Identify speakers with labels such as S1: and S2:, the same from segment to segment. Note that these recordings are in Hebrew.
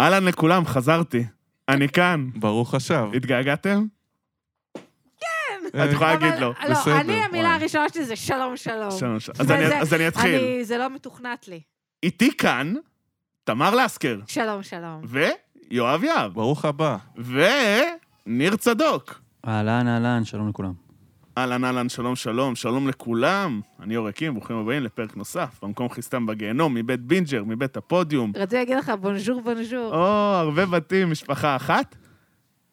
S1: אהלן לכולם, חזרתי. אני כאן.
S2: ברוך השב.
S1: התגעגעתם?
S2: אה,
S1: את יכולה להגיד
S3: אבל-
S1: לו.
S2: בסדר,
S3: לא, אני,
S2: וואי.
S3: המילה הראשונה שלי זה שלום, שלום.
S1: שלום, שלום. אז אני-
S3: וזה-
S1: אז אני אתחיל.
S3: אני, זה לא מתוכנת לי.
S1: איתי כאן תמר לסקר,
S3: שלום, שלום.
S1: ויואב יהב,
S2: ברוך הבא.
S1: וניר צדוק.
S4: אהלן, אהלן, שלום לכולם.
S1: אהלן אהלן, שלום שלום, שלום לכולם. אני אורקים, ברוכים הבאים לפרק נוסף, במקום חיסתם בגיהנום, מבית בינג'ר, מבית הפודיום.
S3: רציתי להגיד לך בונז'ור, בונז'ור.
S1: או, הרבה בתים, משפחה אחת.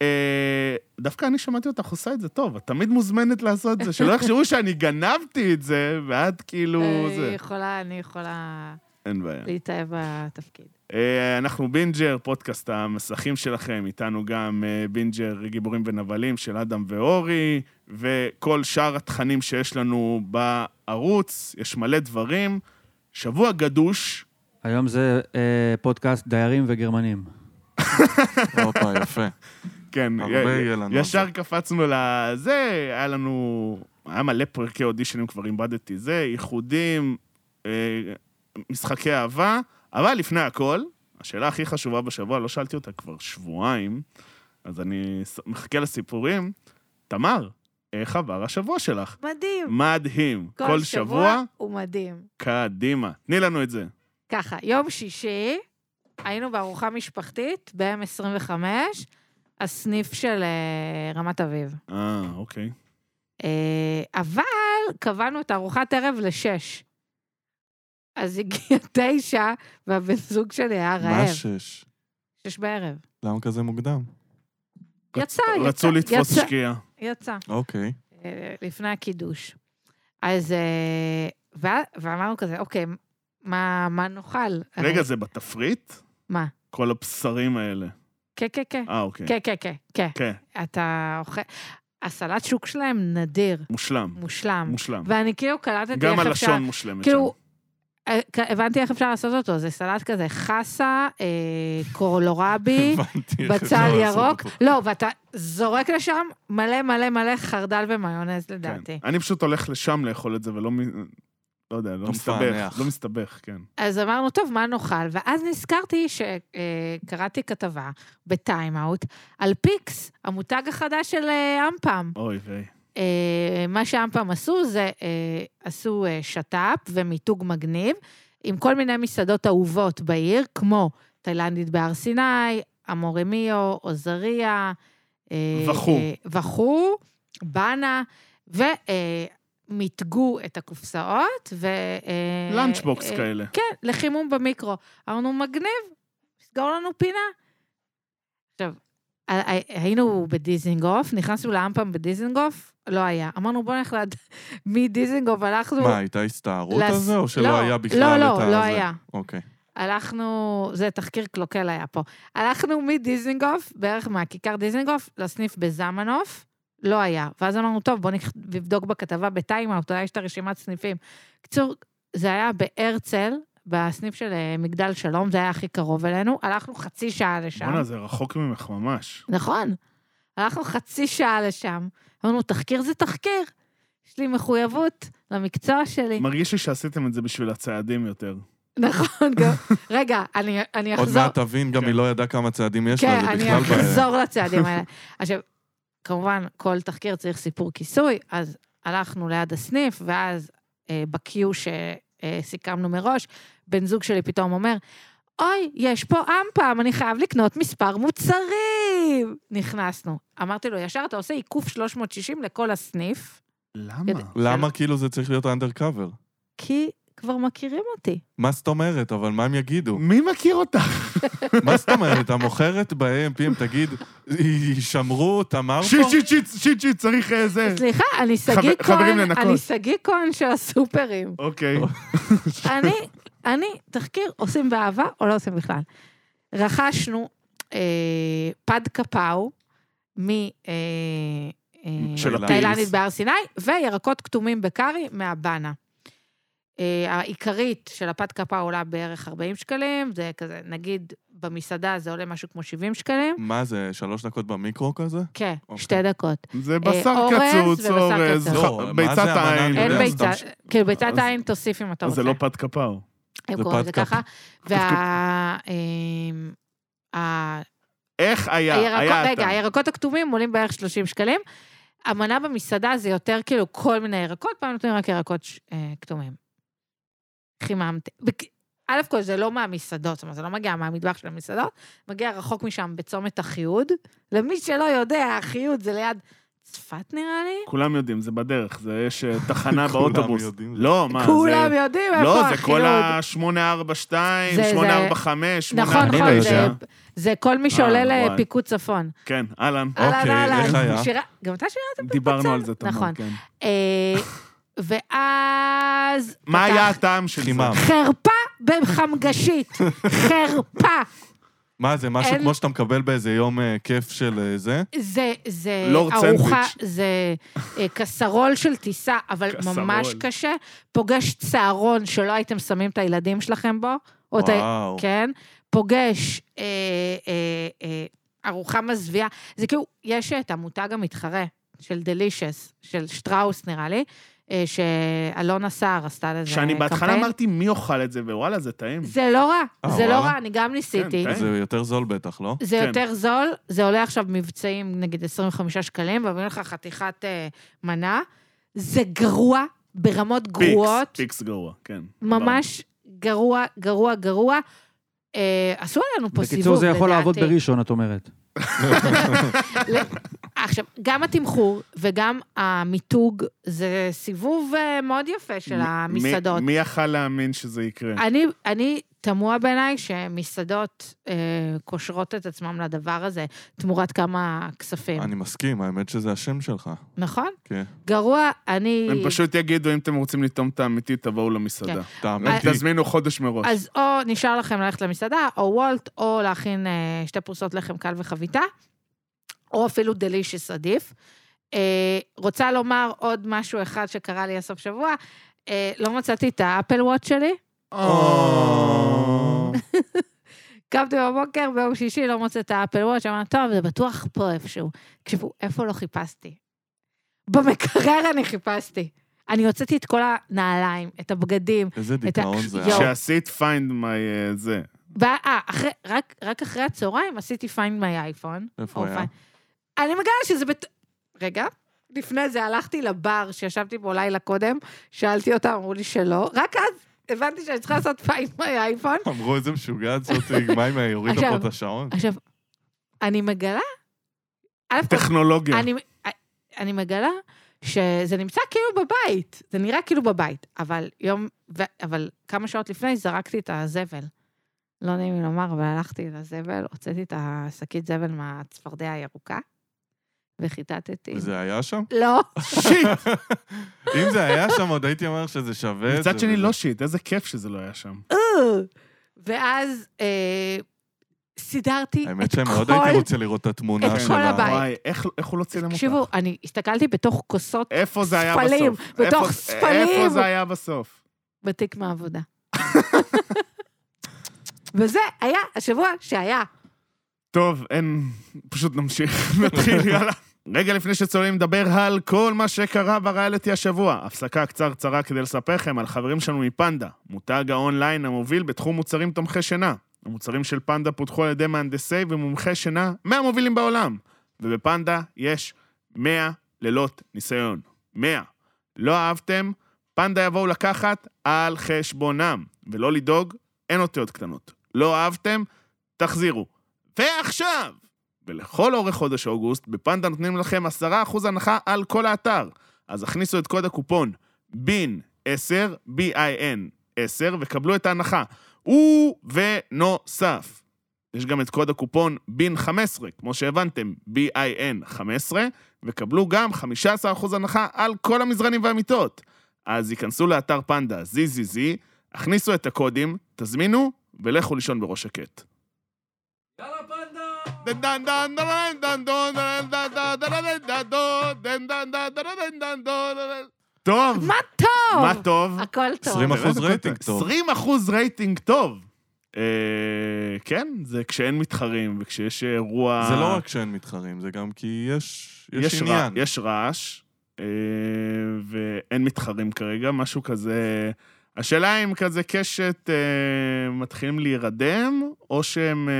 S1: אה, דווקא אני שמעתי אותך עושה את זה טוב, את תמיד מוזמנת לעשות את זה, שלא יחשבו שאני גנבתי את זה, ואת כאילו... זה. כן.
S3: אני אה, יכולה, אני יכולה
S1: אין בעיה.
S3: להתאהב בתפקיד.
S1: אה, אנחנו בינג'ר, פודקאסט המסכים שלכם, איתנו גם אה, בינג'ר גיבורים ונבלים של אדם ואורי, וכל שאר התכנים שיש לנו בערוץ, יש מלא דברים. שבוע גדוש,
S4: היום זה אה, פודקאסט דיירים וגרמנים.
S2: הופה, יפה.
S1: כן,
S2: הרבה יהיה לנו.
S1: ישר קפצנו לזה, היה לנו, היה מלא פרקי אודישנים, כבר איבדתי זה, ייחודים, אה, משחקי אהבה, אבל לפני הכל, השאלה הכי חשובה בשבוע, לא שאלתי אותה כבר שבועיים, אז אני ס- מחכה לסיפורים. תמר, איך עבר השבוע שלך?
S3: מדהים.
S1: מדהים. כל שבוע,
S3: הוא מדהים.
S1: קדימה. תני לנו את זה.
S3: ככה, יום שישי, היינו בארוחה משפחתית, ב-M25, הסניף של אה, רמת אביב.
S1: אה, אוקיי.
S3: אה, אבל קבענו את ארוחת ערב לשש. אז הגיע תשע, והבן זוג שלי היה
S2: מה
S3: רעב.
S2: שש?
S3: שש בערב.
S2: למה כזה מוקדם?
S3: יצא,
S1: רצ-
S3: יצא,
S1: רצו לתפוס
S3: יצא.
S1: שקיעה.
S3: יצא,
S2: אוקיי.
S3: אה, לפני הקידוש. אז... אה, ו- ואמרנו כזה, אוקיי, מה, מה נאכל?
S1: רגע,
S3: הרי-
S1: זה בתפריט?
S3: אה. מה?
S1: כל הבשרים האלה.
S3: כן, כן, כן.
S1: אה, אוקיי.
S3: כן, כן, כן, כן.
S1: כן.
S3: אתה אוכל... הסלט שוק שלהם נדיר,
S1: מושלם.
S3: מושלם.
S1: מושלם.
S3: ואני כאילו קלטתי
S1: גם
S3: איך אפשר...
S1: הלשון מושלמת
S3: כאילו, אה, כ- הבנתי איך אפשר לעשות אותו, זה סלט כזה חסה, אה, קורלורבי,
S2: הבנתי איך אפשר
S3: בצל
S2: לעשות
S3: ירוק.
S2: אותו.
S3: לא, ואתה זורק לשם מלא מלא מלא חרדל ומיונז
S1: שם. כן.
S3: לדעתי.
S1: אני פשוט הולך לשם לאכול את זה ולא... מ- לא יודע, לא
S2: לא
S1: מסתבך.
S2: מפענח.
S1: לא מסתבך, כן.
S3: אז אמרנו, טוב, מה נאכל? ואז נזכרתי שקראתי כתבה בטיים-אאוט על פיקס, המותג החדש של אה, אמפם.
S1: אוי ויי.
S3: אה, מה שאמפם עשו זה אה, עשו אה, שת"פ ומיתוג מגניב עם כל מיני מסעדות אהובות בעיר, כמו תאילנדית בהר סיני, אמורמיו, עוזריה, אה,
S1: וכו'.
S3: אה, וכו', בנה, ומיתגו את הקופסאות, ו... אה,
S1: לאנצ'בוקס
S3: אה,
S1: כאלה.
S3: כן, לחימום במיקרו. אמרנו, מגניב, סגור לנו פינה. עכשיו, ה- ה- היינו בדיזינגוף, נכנסנו לאמפם בדיזינגוף, לא היה. אמרנו, בוא נלך לד... מדיזינגוף, הלכנו...
S2: מה, הייתה הסתערות
S3: לס-
S2: על זה, או
S3: לא,
S2: שלא היה בכלל את
S3: לא,
S2: ה...
S3: לא, לא
S2: זה?
S3: היה.
S2: אוקיי.
S3: הלכנו, זה תחקיר קלוקל היה פה. הלכנו מדיזינגוף, בערך מהכיכר דיזינגוף, לסניף בזמנוף, לא היה. ואז אמרנו, טוב, בוא נכ- נבדוק בכתבה בטיימאוט, אולי יש את הרשימת סניפים. קצור, זה היה בהרצל, בסניף של אה, מגדל שלום, זה היה הכי קרוב אלינו. הלכנו חצי שעה לשם.
S1: בואנה, זה רחוק ממך ממש.
S3: נכון. הלכנו חצי שעה לשם. אמרנו, תחקיר זה תחקיר. יש לי מחויבות למקצוע שלי.
S1: מרגיש לי שעשיתם את זה בשביל הצעדים יותר.
S3: נכון, גם... רגע, אני, אני
S2: עוד
S3: אחזור...
S2: מעט תבין, גם
S1: כן.
S2: היא לא ידעה כמה צעדים יש לה,
S3: כן,
S2: זה
S3: אני
S2: בכלל בעיה.
S3: אחזור לצעדים האלה. עכשיו, כמובן, כל תחקיר צריך סיפור כיסוי, אז הלכנו ליד הסניף, ואז אה, בקיו שסיכמנו מראש, בן זוג שלי פתאום אומר, אוי, יש פה אמפם, אני חייב לקנות מספר מוצרים. נכנסנו. אמרתי לו, ישר אתה עושה עיקוף 360 לכל הסניף,
S1: למה?
S3: יודע-
S2: למה כאילו זה צריך להיות אנדר קאבר?
S3: כי כבר מכירים אותי.
S2: מה זאת אומרת? אבל מה הם יגידו?
S1: מי מכיר אותך?
S2: מה זאת אומרת? המוכרת ב-AMPM תגיד, שמרו, תמר פה?
S1: שיט, שיט, שיט, שיט, שיט, צריך אה, זה.
S3: סליחה, אני שגיא
S1: חבר- חברים
S3: כהן,
S1: לנקות.
S3: אני שגיא כהן של הסופרים.
S1: אוקיי.
S2: אה,
S3: אני, אני, תחקיר, עושים באהבה או לא עושים בכלל. רכשנו אה, פד קפאו מ... אה, אה,
S1: של
S2: הפילס.
S3: תאילנדית בהר סיני, וירקות כתומים בקארי מהבאנה. אה, העיקרית של הפת קפאו עולה בערך 40 שקלים, זה כזה, נגיד במסעדה זה עולה משהו כמו 70 שקלים.
S2: מה זה, שלוש דקות במיקרו כזה?
S3: כן,
S2: אוקיי.
S3: שתי דקות.
S1: זה בשר
S3: אה, אורז
S1: קצוץ,
S3: ובשר
S1: אורז,
S3: קצוץ.
S1: ח-
S2: לא, מה
S1: ביצת
S2: זה המנה
S1: העין.
S2: אני
S3: אין
S2: יודע,
S3: ביצה,
S2: סתם
S3: כאילו ביצת
S2: אז-
S3: עין תוסיף אם אתה רוצה.
S1: לא זה לא פת קפאו.
S3: הם
S2: זה
S3: קוראים לזה
S2: פודקאפ.
S3: ככה. וה... אמ, ה-
S1: איך היה? היה
S3: הירקות, רגע,
S1: אתה.
S3: הירקות הכתומים עולים בערך 30 שקלים. המנה במסעדה זה יותר כאילו כל מיני ירקות, פעם נותנים רק ירקות ש- אה, כתומים. חיממתי. בק- א' כל זה לא מהמסעדות, זאת אומרת, זה לא מגיע מהמטבח של המסעדות, מגיע רחוק משם בצומת החיוד. למי שלא יודע, החיוד זה ליד צפת נראה לי.
S1: כולם יודעים, זה בדרך, זה יש אה, תחנה
S2: כולם
S1: באוטובוס.
S2: יודעים.
S1: לא, מה, זה...
S3: כולם יודעים
S1: לא,
S3: איפה
S1: זה כל
S3: החיוד.
S1: ה-842,
S3: זה- זה-
S1: 845,
S3: נכון,
S4: אני לא
S3: נכון, זה-
S4: יודע.
S3: זה כל מי שעולה
S1: אה, וואי.
S3: לפיקוד צפון.
S1: כן, אהלן,
S2: אוקיי,
S3: אהלן, אהלן.
S2: איך היה?
S3: שירה- גם אתה שירה?
S1: דיברנו על זה, תמר.
S3: נכון.
S1: כן.
S3: אה, ואז...
S1: מה
S3: פתח-
S1: היה הטעם של זה?
S2: חימם.
S3: חרפה בחמגשית. חרפה.
S2: מה זה, משהו
S3: אין-
S2: כמו שאתה מקבל באיזה יום אה, כיף של אה, זה?
S3: זה, זה
S1: לורד
S3: ארוחה,
S1: סנדוויץ'.
S3: זה אה, קסרול של טיסה, אבל
S1: קסרול.
S3: ממש קשה. פוגש צהרון שלא הייתם שמים את הילדים שלכם בו. או את ה-
S2: וואו.
S3: כן? פוגש אה, אה, אה, ארוחה מזוויעה. זה כאילו, יש את המותג המתחרה של דלישס, של שטראוס נראה לי, אה, שאלונה סער עשתה לזה קמפיין.
S1: שאני בהתחלה אמרתי, מי אוכל את זה? ווואלה, זה טעים.
S3: זה לא רע,
S2: אה,
S3: זה לא
S2: וואלה.
S3: רע, אני גם ניסיתי.
S1: טעים.
S2: זה יותר זול בטח, לא?
S3: זה
S1: כן.
S3: יותר זול, זה עולה עכשיו מבצעים נגיד 25 שקלים, ומביאים לך חתיכת אה, מנה. זה גרוע, ברמות גרועות.
S1: פיקס, פיקס גרוע, כן.
S3: ממש גרוע, גרוע, גרוע. אה, עשו עלינו פה סיבוב,
S4: בקיצור,
S3: לדעתי.
S4: זה יכול לעבוד בראשון, את אומרת.
S3: ל- עכשיו, גם התמחור וגם המיתוג, זה סיבוב אה, מאוד יפה של
S1: מ-
S3: המסעדות.
S1: מי- מי יכל להאמין שזה יקרה?
S3: אני, אני תמוה בעיניי שמסעדות אה, קושרות את עצמם לדבר הזה תמורת כמה כספים,
S2: אני מסכים, האמת שזה השם שלך.
S3: נכון?
S2: כן.
S3: גרוע, אני...
S1: הם פשוט יגידו, אם אתם רוצים לטעום את האמיתי, תבואו למסעדה.
S3: כן. אה,
S2: תאמיתי.
S1: תזמינו חודש מראש.
S3: אז או נשאר לכם ללכת למסעדה, או וולט, או להכין אה, שתי פרוסות לחם קל וחביתה, או אפילו דלישיס עדיף. אה, רוצה לומר עוד משהו אחד שקרה לי הסוף שבוע, אה, לא מצאתי את האפל וואט שלי.
S1: או.
S3: קמתי בבוקר, ביום שישי, לא מוצאת את האפל וואץ', אמרתי, טוב, זה בטוח פה איפשהו. תקשיבו, איפה לא חיפשתי? במקרר אני חיפשתי. אני הוצאתי את כל הנעליים, את הבגדים,
S2: איזה דיכאון זה היה.
S3: יואו.
S1: שעשית find my... אה, זה.
S3: ואה, אה, אחרי, רק, רק אחרי הצהריים עשיתי find my iPhone.
S2: איפה
S3: או
S2: היה?
S3: find- אני מגלה שזה בת... רגע, לפני זה הלכתי לבר שישבתי בו לילה קודם, שאלתי אותם, אמרו לי שלא, רק אז הבנתי שאני צריכה לעשות find my iPhone.
S2: אמרו איזה משוגעת זאת, מה אם הורידה פה
S3: עכשיו-
S2: את השעון?
S3: עכשיו, אני מגלה, א', כל,
S1: טכנולוגיה.
S3: אני, אה, אני מגלה שזה נמצא כאילו בבית, זה נראה כאילו בבית, אבל יום, ו, אבל כמה שעות לפני זרקתי את הזבל. לא נעים לי לומר, אבל הלכתי לזבל, הוצאתי את השקית זבל מהצפרדע הירוקה, וחיטטתי.
S2: זה היה שם?
S3: לא,
S1: שיט!
S2: אם זה היה שם, עוד הייתי אומר שזה שווה את זה.
S1: מצד שני,
S2: וזה-
S1: לא שיט, איזה כיף שזה לא היה שם.
S3: אה. ואז אה, סידרתי
S2: האמת
S3: את
S2: שהם מאוד
S3: כל...
S2: הייתי רוצה לראות את התמונה
S3: את
S2: שלה.
S3: כל הבית.
S1: וואי, איך איך הוא לא צילם אותך?
S3: תקשיבו, אני הסתכלתי בתוך כוסות
S1: איפה זה היה
S3: ספלים,
S1: בסוף?
S3: בתוך
S1: איפה-
S3: ספלים.
S1: איפה זה היה בסוף?
S3: בתיק מהעבודה. וזה היה השבוע שהיה.
S1: טוב, אין... פשוט נמשיך. נתחיל, יאללה. רגע לפני שצוללים לדבר על כל מה שקרה בריאליטי השבוע, הפסקה קצרצרה כדי לספר לכם על חברים שלנו מפנדה, מותג האונליין המוביל בתחום מוצרים תומכי שינה. המוצרים של פנדה פותחו על ידי מהנדסי ומומחי שינה מהמובילים בעולם. ובפנדה יש 100 לילות ניסיון. 100. לא אהבתם? פנדה יבואו לקחת על חשבונם. ולא לדאוג, אין אותיות קטנות. לא אהבתם? תחזירו. ועכשיו! ולכל אורך חודש אוגוסט, בפנדה נותנים לכם 10% הנחה על כל האתר. אז הכניסו את קוד הקופון בין 10, B-I-N 10, וקבלו את ההנחה. ובנוסף, יש גם את קוד הקופון בין 15, כמו שהבנתם, B-I-N 15, וקבלו גם 15% הנחה על כל המזרנים והמיטות. אז ייכנסו לאתר פנדה ZZZ, הכניסו את הקודים, תזמינו, ולכו לישון בראש שקט. טוב,
S3: מה טוב!
S1: מה טוב?
S3: הכל טוב.
S2: 20 אחוז רייטינג טוב.
S1: 20 אחוז רייטינג טוב. אה, כן, זה כשאין מתחרים וכשיש אירוע...
S2: זה לא רק שאין מתחרים, זה גם כי יש
S1: יש
S2: יש
S1: רע-
S2: עניין.
S1: יש רעש, אה, ואין מתחרים כרגע, משהו כזה... השאלה אם כזה קשת אה, מתחילים להירדם, או שהם אה,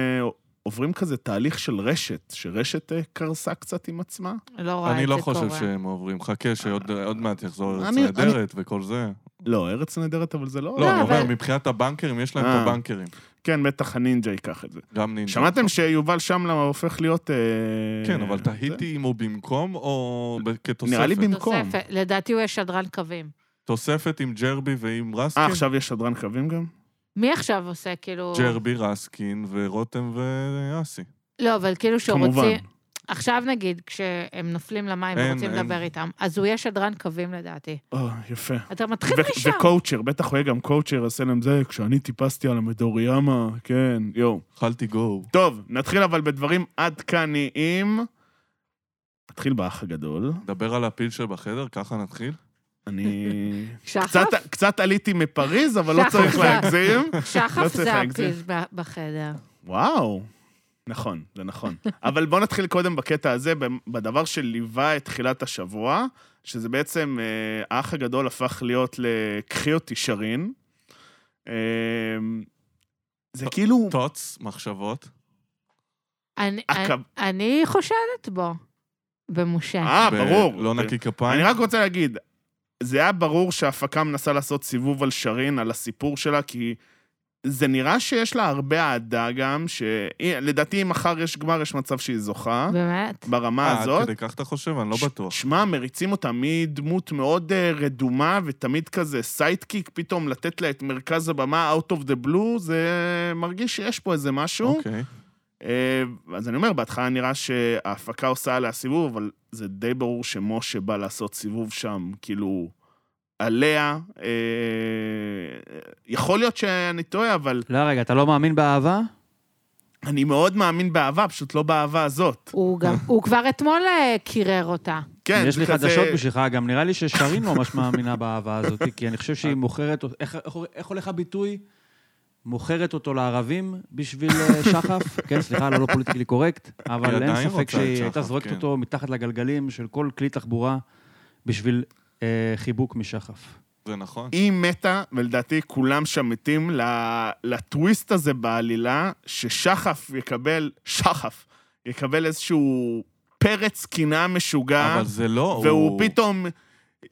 S1: עוברים כזה תהליך של רשת, שרשת אה, קרסה קצת עם עצמה.
S3: לא רואה את זה קורה.
S2: אני לא חושב שהם עוברים. חכה, שעוד עוד מעט יחזור ארץ
S1: אני-
S2: נהדרת וכל זה.
S1: לא, ארץ נהדרת, אבל זה לא...
S2: לא, אני אומר,
S3: אבל-
S2: מבחינת הבנקרים, יש להם את
S1: אה.
S2: הבנקרים.
S1: כן, בטח הנינג'ה ייקח את זה.
S2: גם נינג'ה.
S1: שמעתם שיובל שמלה הופך להיות... אה,
S2: כן, אבל
S1: זה? אה,
S2: תהיתי אם הוא במקום או ב- כתוספת.
S1: נראה לי במקום.
S3: תוספת, לדעתי הוא יהיה שדרן קווים.
S2: תוספת עם ג'רבי ועם רסקין.
S1: אה, עכשיו יש שדרן קווים גם?
S3: מי עכשיו עושה, כאילו...
S2: ג'רבי, רסקין ורותם ואסי.
S3: לא, אבל כאילו
S1: כמובן.
S3: שרוצים... עכשיו נגיד, כשהם נופלים למים
S2: אין,
S3: ורוצים
S2: אין.
S3: לדבר איתם, אז הוא יהיה שדרן קווים לדעתי.
S1: אה, יפה.
S3: אתה מתחיל
S1: ו-
S3: משם.
S1: וקואוצ'ר, בטח הוא יהיה גם קואוצ'ר, עשה להם זה, כשאני טיפסתי על המדוריאמה, כן, יואו.
S2: אכלתי גו.
S1: טוב, נתחיל אבל בדברים עדכניים. נתחיל באח הגדול.
S2: נדבר על הפיל שבחדר, ככה נתחיל?
S1: אני...
S3: שחף,
S1: קצת, קצת עליתי מפריז, אבל לא
S3: שחף
S1: צריך
S3: זה-
S1: להגזים. לא
S3: שחף
S1: צריך
S3: זה
S1: להגזים.
S3: הפיז ב- בחדר.
S1: וואו. נכון, זה נכון. אבל בואו נתחיל קודם בקטע הזה, במ- בדבר שליווה את תחילת השבוע, שזה בעצם, אה, האח הגדול הפך להיות ל"קחי אותי שרין". אה, זה כאילו...
S2: טוץ, מחשבות.
S3: אני-
S1: הקו-
S3: אני- אני חושדת בו, במשה.
S1: אה,
S2: ב-
S1: ברור.
S2: לא נקי כפיים.
S1: אני רק רוצה להגיד, זה היה ברור שההפקה מנסה לעשות סיבוב על שרין, על הסיפור שלה, כי זה נראה שיש לה הרבה אהדה גם, שלדעתי אם מחר יש גמר, יש מצב שהיא זוכה,
S3: באמת?
S1: ברמה
S2: אה,
S1: הזאת.
S2: עד כדי כך אתה חושב? אני לא
S1: ש-
S2: בטוח.
S1: שמע, מריצים אותה מדמות מאוד אה, רדומה ותמיד כזה סיידקיק, פתאום לתת לה את מרכז הבמה, out of the blue, זה מרגיש שיש פה איזה משהו.
S2: אוקיי.
S1: אה, אז אני אומר, בהתחלה נראה שההפקה עושה עליה סיבוב, אבל זה די ברור שמשה בא לעשות סיבוב שם, כאילו, עליה. אה, יכול להיות שאני טועה, אבל
S4: לא, רגע, אתה לא מאמין באהבה?
S1: אני מאוד מאמין באהבה, פשוט לא באהבה הזאת.
S3: הוא גם- הוא כבר אתמול אה, קירר אותה.
S1: כן,
S4: יש לי
S1: זה כזה-
S4: חדשות בשבילך, גם נראה לי ששרין ממש מאמינה באהבה הזאת, כי אני חושב שהיא
S2: אה.
S4: מוכרת, איך- איך- איך הולך הביטוי? מוכרת אותו לערבים בשביל אה, שחף. כן, סליחה, לא לא פוליטיקלי קורקט, אבל
S2: עדיין
S4: אין ספק
S2: רוצה את
S4: שהיא
S2: שחף,
S4: הייתה זורקת
S2: כן.
S4: אותו מתחת לגלגלים של כל כלי תחבורה בשביל אה, חיבוק משחף.
S2: זה נכון.
S1: היא מתה, ולדעתי כולם שם מתים ל- לטוויסט הזה בעלילה, ששחף יקבל, שחף, יקבל איזשהו פרץ קינה משוגע,
S2: אבל זה לא,
S1: והוא פתאום,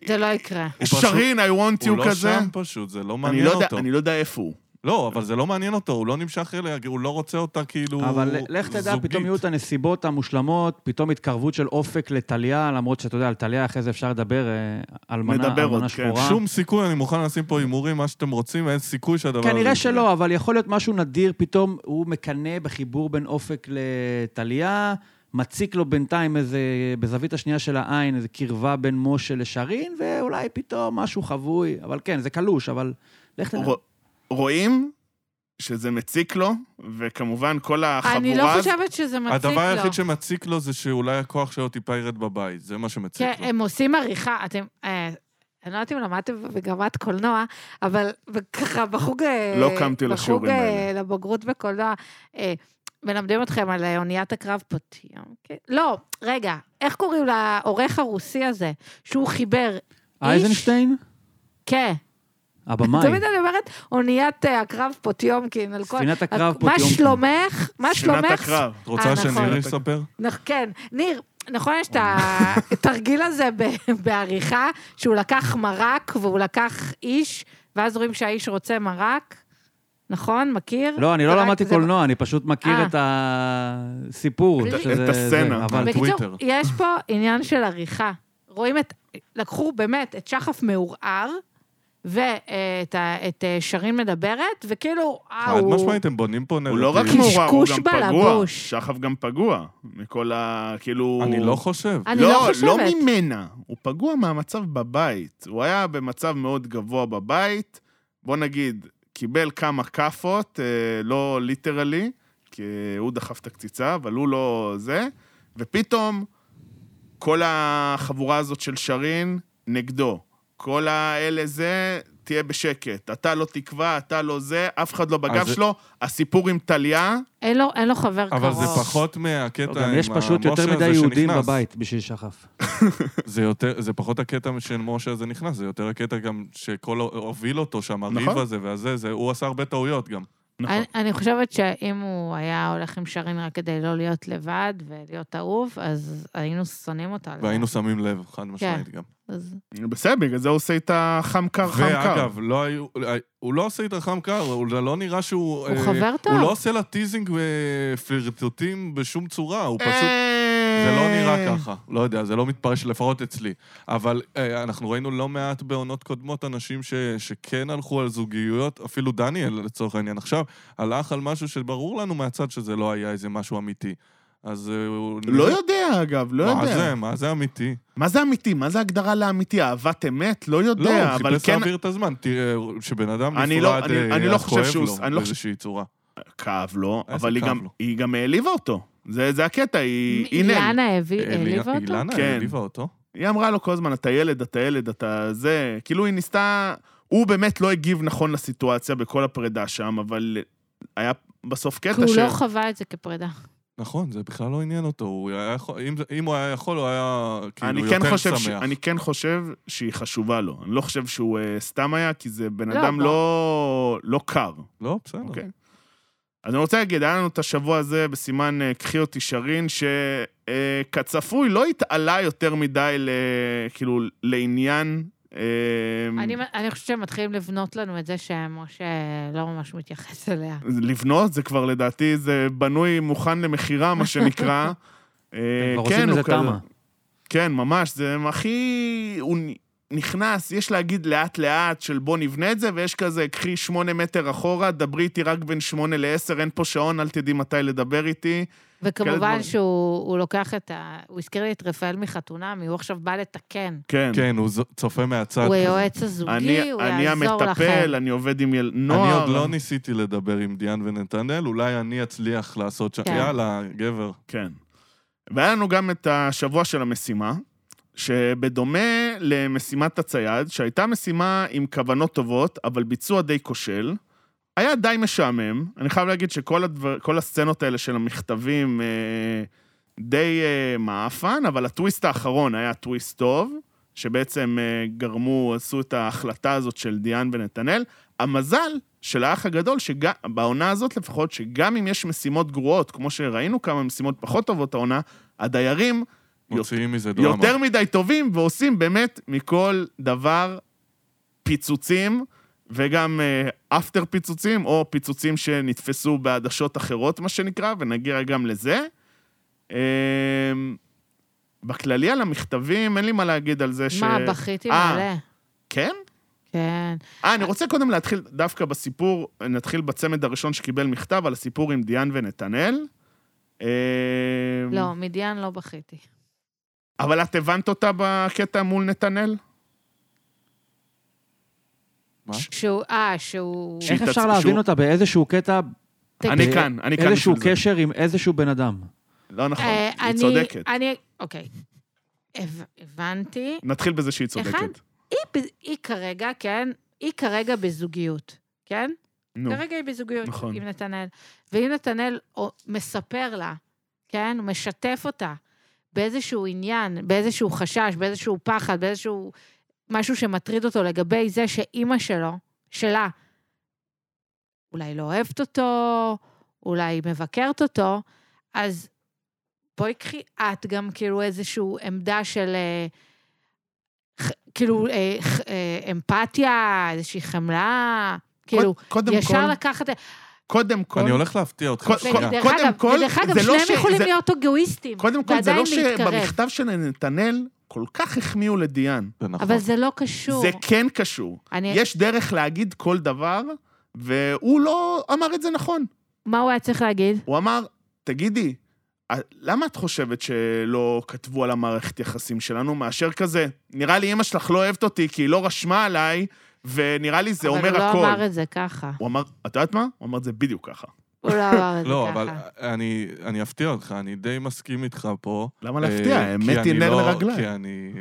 S3: זה לא יקרה.
S2: הוא פשוט-
S1: שרין, I want you
S2: הוא לא
S1: כזה.
S2: שם פשוט, זה לא
S1: אני
S2: מעניין
S1: לא, יודע,
S2: אותו.
S1: אני לא יודע איפה הוא.
S2: לא, אבל זה לא מעניין אותו, הוא לא נמשך אליה, הוא לא רוצה אותה כאילו
S4: אבל לך תדע,
S2: זוגית.
S4: פתאום יהיו את הנסיבות המושלמות, פתאום התקרבות של אופק לטליה, למרות שאתה יודע, על טליה אחרי זה אפשר לדבר אה, אלמנה
S1: נדבר עוד,
S4: אלמנה
S1: כן.
S4: שחורה.
S2: שום סיכוי, אני מוכן לשים פה הימורים, מה שאתם רוצים, אין סיכוי שהדבר
S1: לא
S2: הזה...
S4: כנראה
S2: יקרה.
S4: שלא, אבל יכול להיות משהו נדיר, פתאום הוא מקנא בחיבור בין אופק לטליה, מציק לו בינתיים איזה, בזווית השנייה של העין, איזה קרבה בין משה לשרין, ואולי פתאום משהו חבוי. אבל כן, זה קלוש, אבל לך תדע.
S1: רוא- רואים שזה מציק לו, וכמובן כל החבורה...
S3: אני לא חושבת שזה מציק לו.
S2: הדבר היחיד שמציק לו זה שאולי הכוח שלו טיפה ירד בבית, זה מה
S3: כן,
S2: שמציק לו.
S3: הם עושים עריכה, אתם... אה, אני לא יודעת אם למדתם בגרמת קולנוע, אבל ככה בחוג... אה,
S1: לא קמתי לשיעורים
S3: בחוג, אה,
S1: האלה.
S3: לבגרות בקולנוע, אה, מלמדים אתכם על אה, אוניית הקרב פותיום. כן? לא, רגע, איך קוראים לעורך הרוסי הזה, שהוא חיבר
S4: אייזנשטיין?
S3: כן.
S4: הבמאי.
S3: תמיד אני אומרת, אוניית אה, הקרב פוטיומקין, על כל...
S4: ספינת
S3: מה
S4: הקרב פוטיומקין.
S3: שלומך? מה
S1: ספינת
S3: שלומך?
S1: הקרב.
S2: את רוצה
S3: אה, נכון.
S2: שניר יספר?
S3: נכ- כן, ניר, נכון יש את התרגיל הזה ב- בעריכה, שהוא לקח מרק והוא לקח איש, ואז רואים שהאיש רוצה מרק, נכון? מכיר?
S4: לא, אני
S3: זה
S4: לא
S3: רק-
S4: למדתי
S3: זה-
S4: קולנוע, אני פשוט מכיר
S3: אה.
S4: את הסיפור.
S3: את-
S4: שזה-
S1: את הסצנה.
S4: זה, אבל
S3: בקיצור,
S2: טוויטר.
S3: יש פה עניין של עריכה. רואים את, לקחו באמת את שחף מעורער, ואת ה- את, אה, שרין מדברת, וכאילו, אה,
S2: חד
S3: הוא...
S2: משמעית, הם בונים פה
S1: הוא לא רק
S2: נרטיב.
S1: מעורב, הוא גם
S3: קשקוש
S1: פגוע.
S3: בלבוש.
S1: שחף גם פגוע. מכל ה... כאילו...
S2: אני לא חושב.
S4: אה,
S3: אני לא, חושבת.
S1: לא ממנה. הוא פגוע מהמצב בבית. הוא היה במצב מאוד גבוה בבית. בוא נגיד, קיבל כמה כאפות, אה, לא ליטרלי, כי הוא דחף את הקציצה, אבל הוא לא זה, ופתאום כל החבורה הזאת של שרין נגדו. כל האלה זה, תהיה בשקט. אתה לא תקבע, אתה לא זה, אף אחד לא בגב
S2: אז-
S1: שלו. הסיפור עם טליה,
S3: אין לו, אין לו חבר קרוב.
S2: אבל זה פחות מהקטע
S4: לא,
S2: עם
S4: אה, גם יש פשוט
S2: המשה
S4: יותר מדי
S2: הזה
S4: יהודים
S2: שנכנס.
S4: בבית בשביל שחף.
S2: זה יותר, זה פחות הקטע של משה הזה נכנס, זה יותר הקטע גם שכל הוביל אותו שם, הריב
S1: נכון.
S3: אה.
S2: הזה והזה, זה, הוא עשה הרבה טעויות גם.
S1: נכון.
S3: אני- אני חושבת שאם הוא היה הולך עם שרין רק כדי לא להיות לבד ולהיות אהוב, אז היינו שונאים אותה. על זה.
S2: והיינו שמים לב,
S3: כן.
S2: חד משמעית גם.
S3: אז-
S1: בסדר, בגלל זה הוא עושה את החם קר, חם קר.
S2: ואגב, לא היו- הוא לא עושה איתה חם קר, הוא לא נראה שהוא...
S3: הוא
S2: אה,
S3: חבר טוב.
S2: הוא לא עושה לה טיזינג ופלירטוטים בשום צורה, הוא
S3: אה,
S2: פשוט...
S1: זה
S2: זה לא
S1: אה,
S2: נראה ככה, לא יודע, זה לא מתפרש לפחות אצלי. אבל אה, אנחנו ראינו לא מעט בעונות קודמות אנשים ש, שכן הלכו על זוגיות, אפילו דניאל לצורך העניין עכשיו, הלך על משהו שברור לנו מהצד שזה לא היה איזה משהו אמיתי. אז אה, הוא...
S1: לא יודע, אגב, לא
S2: מה
S1: יודע.
S2: זה, מה זה אמיתי?
S1: מה זה אמיתי? מה זה הגדרה לאמיתי? אהבת אמת? לא
S2: לא,
S1: יודע,
S2: הוא
S1: אבל
S2: חיפש
S1: כן...
S2: להעביר את הזמן. תראה, שבן אדם
S1: אני לא-
S2: נפרד,
S1: אני-
S2: אה,
S1: אני לא
S2: אז
S1: חושב
S2: כואב
S1: שהוא-
S2: לו
S1: אני לא חושב-
S2: באיזושהי צורה.
S1: כאב לו,
S2: איזה
S1: אבל היא
S2: כאב
S1: גם-
S2: לו?
S1: היא גם העליבה אותו. זה זה הקטע, היא... הנה,
S3: אילנה הביא- העליבה
S2: אה, אילנה-
S3: אותו?
S2: אילנה
S1: כן.
S2: העליבה אותו?
S1: היא אמרה לו כל הזמן, אתה ילד, אתה ילד, אתה זה... כאילו היא ניסתה... הוא באמת לא הגיב נכון לסיטואציה בכל הפרידה שם, אבל היה בסוף
S3: כי
S1: קטע
S3: הוא
S1: ש...
S3: לא חווה את זה כפרידה.
S2: נכון, זה בכלל לא עניין אותו. הוא היה יכול, אם, זה- אם הוא היה יכול, הוא היה כאילו
S1: אני
S2: יותר
S1: כן, חושב
S2: שמח.
S1: ש... אני כן חושב שהיא חשובה לו. אני לא חושב שהוא uh, סתם היה, כי זה בן
S3: לא,
S1: אדם
S3: אבל-
S1: לא, לא קר,
S2: לא, בסדר.
S1: אוקיי? אז אני רוצה להגיד, היה לנו את השבוע הזה בסימן אה, קחי אותי שרין, שכצפוי לא התעלה יותר מדי ל... כאילו לעניין. אה,
S3: אני- אני חושבת שהם מתחילים לבנות לנו את זה שמשה לא ממש מתייחס אליה.
S1: לבנות, זה כבר לדעתי, זה בנוי מוכן למכירה, מה שנקרא. אה,
S4: כבר
S1: כן,
S4: עושים
S1: הוא
S4: לזה
S1: כזה-
S4: תמה.
S1: כן, ממש, זה הכי... הוא נ- נכנס, יש להגיד לאט-לאט של בוא נבנה את זה, ויש כזה, קחי שמונה מטר אחורה, דברי איתי רק בין שמונה לעשר, אין פה שעון, אל תדעי מתי לדבר איתי.
S3: וכמובן
S1: דברים.
S3: שהוא הוא לוקח את ה... הוא הזכיר לי את רפאל מחתונמי, הוא עכשיו בא לתקן.
S1: כן.
S2: כן, הוא ז- צופה מהצד.
S3: הוא
S2: כזה.
S3: היועץ
S1: אני,
S3: הזוגי, הוא
S1: אני
S3: יעזור לכם.
S1: המטפל, אני עובד עם יל... נוער. אה.
S2: אני עוד לא ניסיתי לדבר עם דיאן ונתנאל, אולי אני אצליח לעשות שם.
S3: כן.
S2: יאללה, גבר.
S1: כן. והיה לנו גם את השבוע של המשימה, שבדומה למשימת הצייד, שהייתה משימה עם כוונות טובות, אבל ביצוע די כושל, היה די משעמם. אני חייב להגיד שכל הדבר, כל הסצנות האלה של המכתבים אה, די אה, מעפן, אבל הטוויסט האחרון היה טוויסט טוב, שבעצם אה, גרמו, עשו את ההחלטה הזאת של דיאן ונתנאל. המזל של האח הגדול, שבעונה הזאת לפחות, שגם אם יש משימות גרועות, כמו שראינו כמה משימות פחות טובות העונה, הדיירים
S2: מוציאים מזה דרמה.
S1: יותר מדי טובים, ועושים באמת מכל דבר פיצוצים, וגם אפטר פיצוצים, או פיצוצים שנתפסו בעדשות אחרות, מה שנקרא, ונגיע גם לזה. אה, בכללי על המכתבים, אין לי מה להגיד על זה ש...
S3: מה, בכיתי
S1: אה.
S3: מלא.
S1: כן?
S3: כן.
S1: אה, אני רוצה קודם להתחיל דווקא בסיפור, נתחיל בצמד הראשון שקיבל מכתב על הסיפור עם דיאן ונתנאל. אה,
S3: לא, מדיין לא בכיתי.
S1: אבל את הבנת אותה בקטע מול נתנאל?
S2: מה?
S3: שהוא, אה, שהוא...
S1: שהיא
S4: איך אפשר
S1: תצ-
S4: להבין
S1: שהוא-
S4: אותה באיזשהו קטע,
S1: אני
S4: אה,
S1: כאן, אני כאן
S4: איזשהו
S1: בשביל זה.
S4: קשר עם איזשהו בן אדם?
S1: לא נכון,
S3: אה,
S1: היא
S3: אני-
S1: צודקת.
S3: אני... אוקיי. הב- הבנתי.
S1: נתחיל בזה שהיא
S3: אחד?
S1: צודקת.
S3: היא ב- היא כרגע, כן? היא כרגע בזוגיות, כן?
S1: נו,
S3: כרגע היא בזוגיות
S1: נכון.
S3: עם נתנאל. ואם נתנאל או- מספר לה, כן? הוא משתף אותה באיזשהו עניין, באיזשהו חשש, באיזשהו פחד, באיזשהו משהו שמטריד אותו לגבי זה שאימא שלו, שלה, אולי לא אוהבת אותו, אולי היא מבקרת אותו, אז בואי קחי את גם כאילו איזושהי עמדה של... אה, ח- כאילו, אה, ח- אה, אמפתיה, איזושהי חמלה, כאילו,
S1: קוד- קודם
S3: ישר
S1: כל-
S3: לקחת...
S1: קודם כל,
S2: אני הולך להפתיע אותך
S1: כל-
S2: שנייה.
S3: ודרך
S1: קודם
S3: אגב,
S1: כל,
S3: ודרך אגב,
S1: זה לא ש-
S3: שניהם יכולים
S1: זה-
S3: להיות אגואיסטים,
S1: קודם כל, זה
S3: ועדיין
S1: לא
S3: להתקרב.
S1: שבמכתב של נתנאל כל כך החמיאו לדיאן.
S2: זה נכון.
S3: אבל זה לא קשור.
S1: זה כן קשור.
S3: אני-
S1: יש דרך להגיד כל דבר, והוא לא אמר את זה נכון.
S3: מה הוא היה צריך להגיד?
S1: הוא אמר, תגידי, אה, למה את חושבת שלא כתבו על המערכת יחסים שלנו מאשר כזה? נראה לי אמא שלך לא אוהבת אותי כי היא לא רשמה עליי, ונראה לי זה אומר
S3: אבל הוא
S1: הכל.
S3: לא אמר את זה ככה.
S1: הוא אמר, את יודעת מה? הוא אמר את זה בדיוק ככה.
S3: הוא לא אמר את זה
S2: לא, אבל
S3: ככה.
S2: אני, אני אפתיע אותך, אני די מסכים איתך פה.
S1: למה להפתיע?
S2: אה,
S1: האמת
S2: כי
S1: היא
S2: אני
S1: נר
S2: לא-
S1: לרגליים.
S2: כי אני...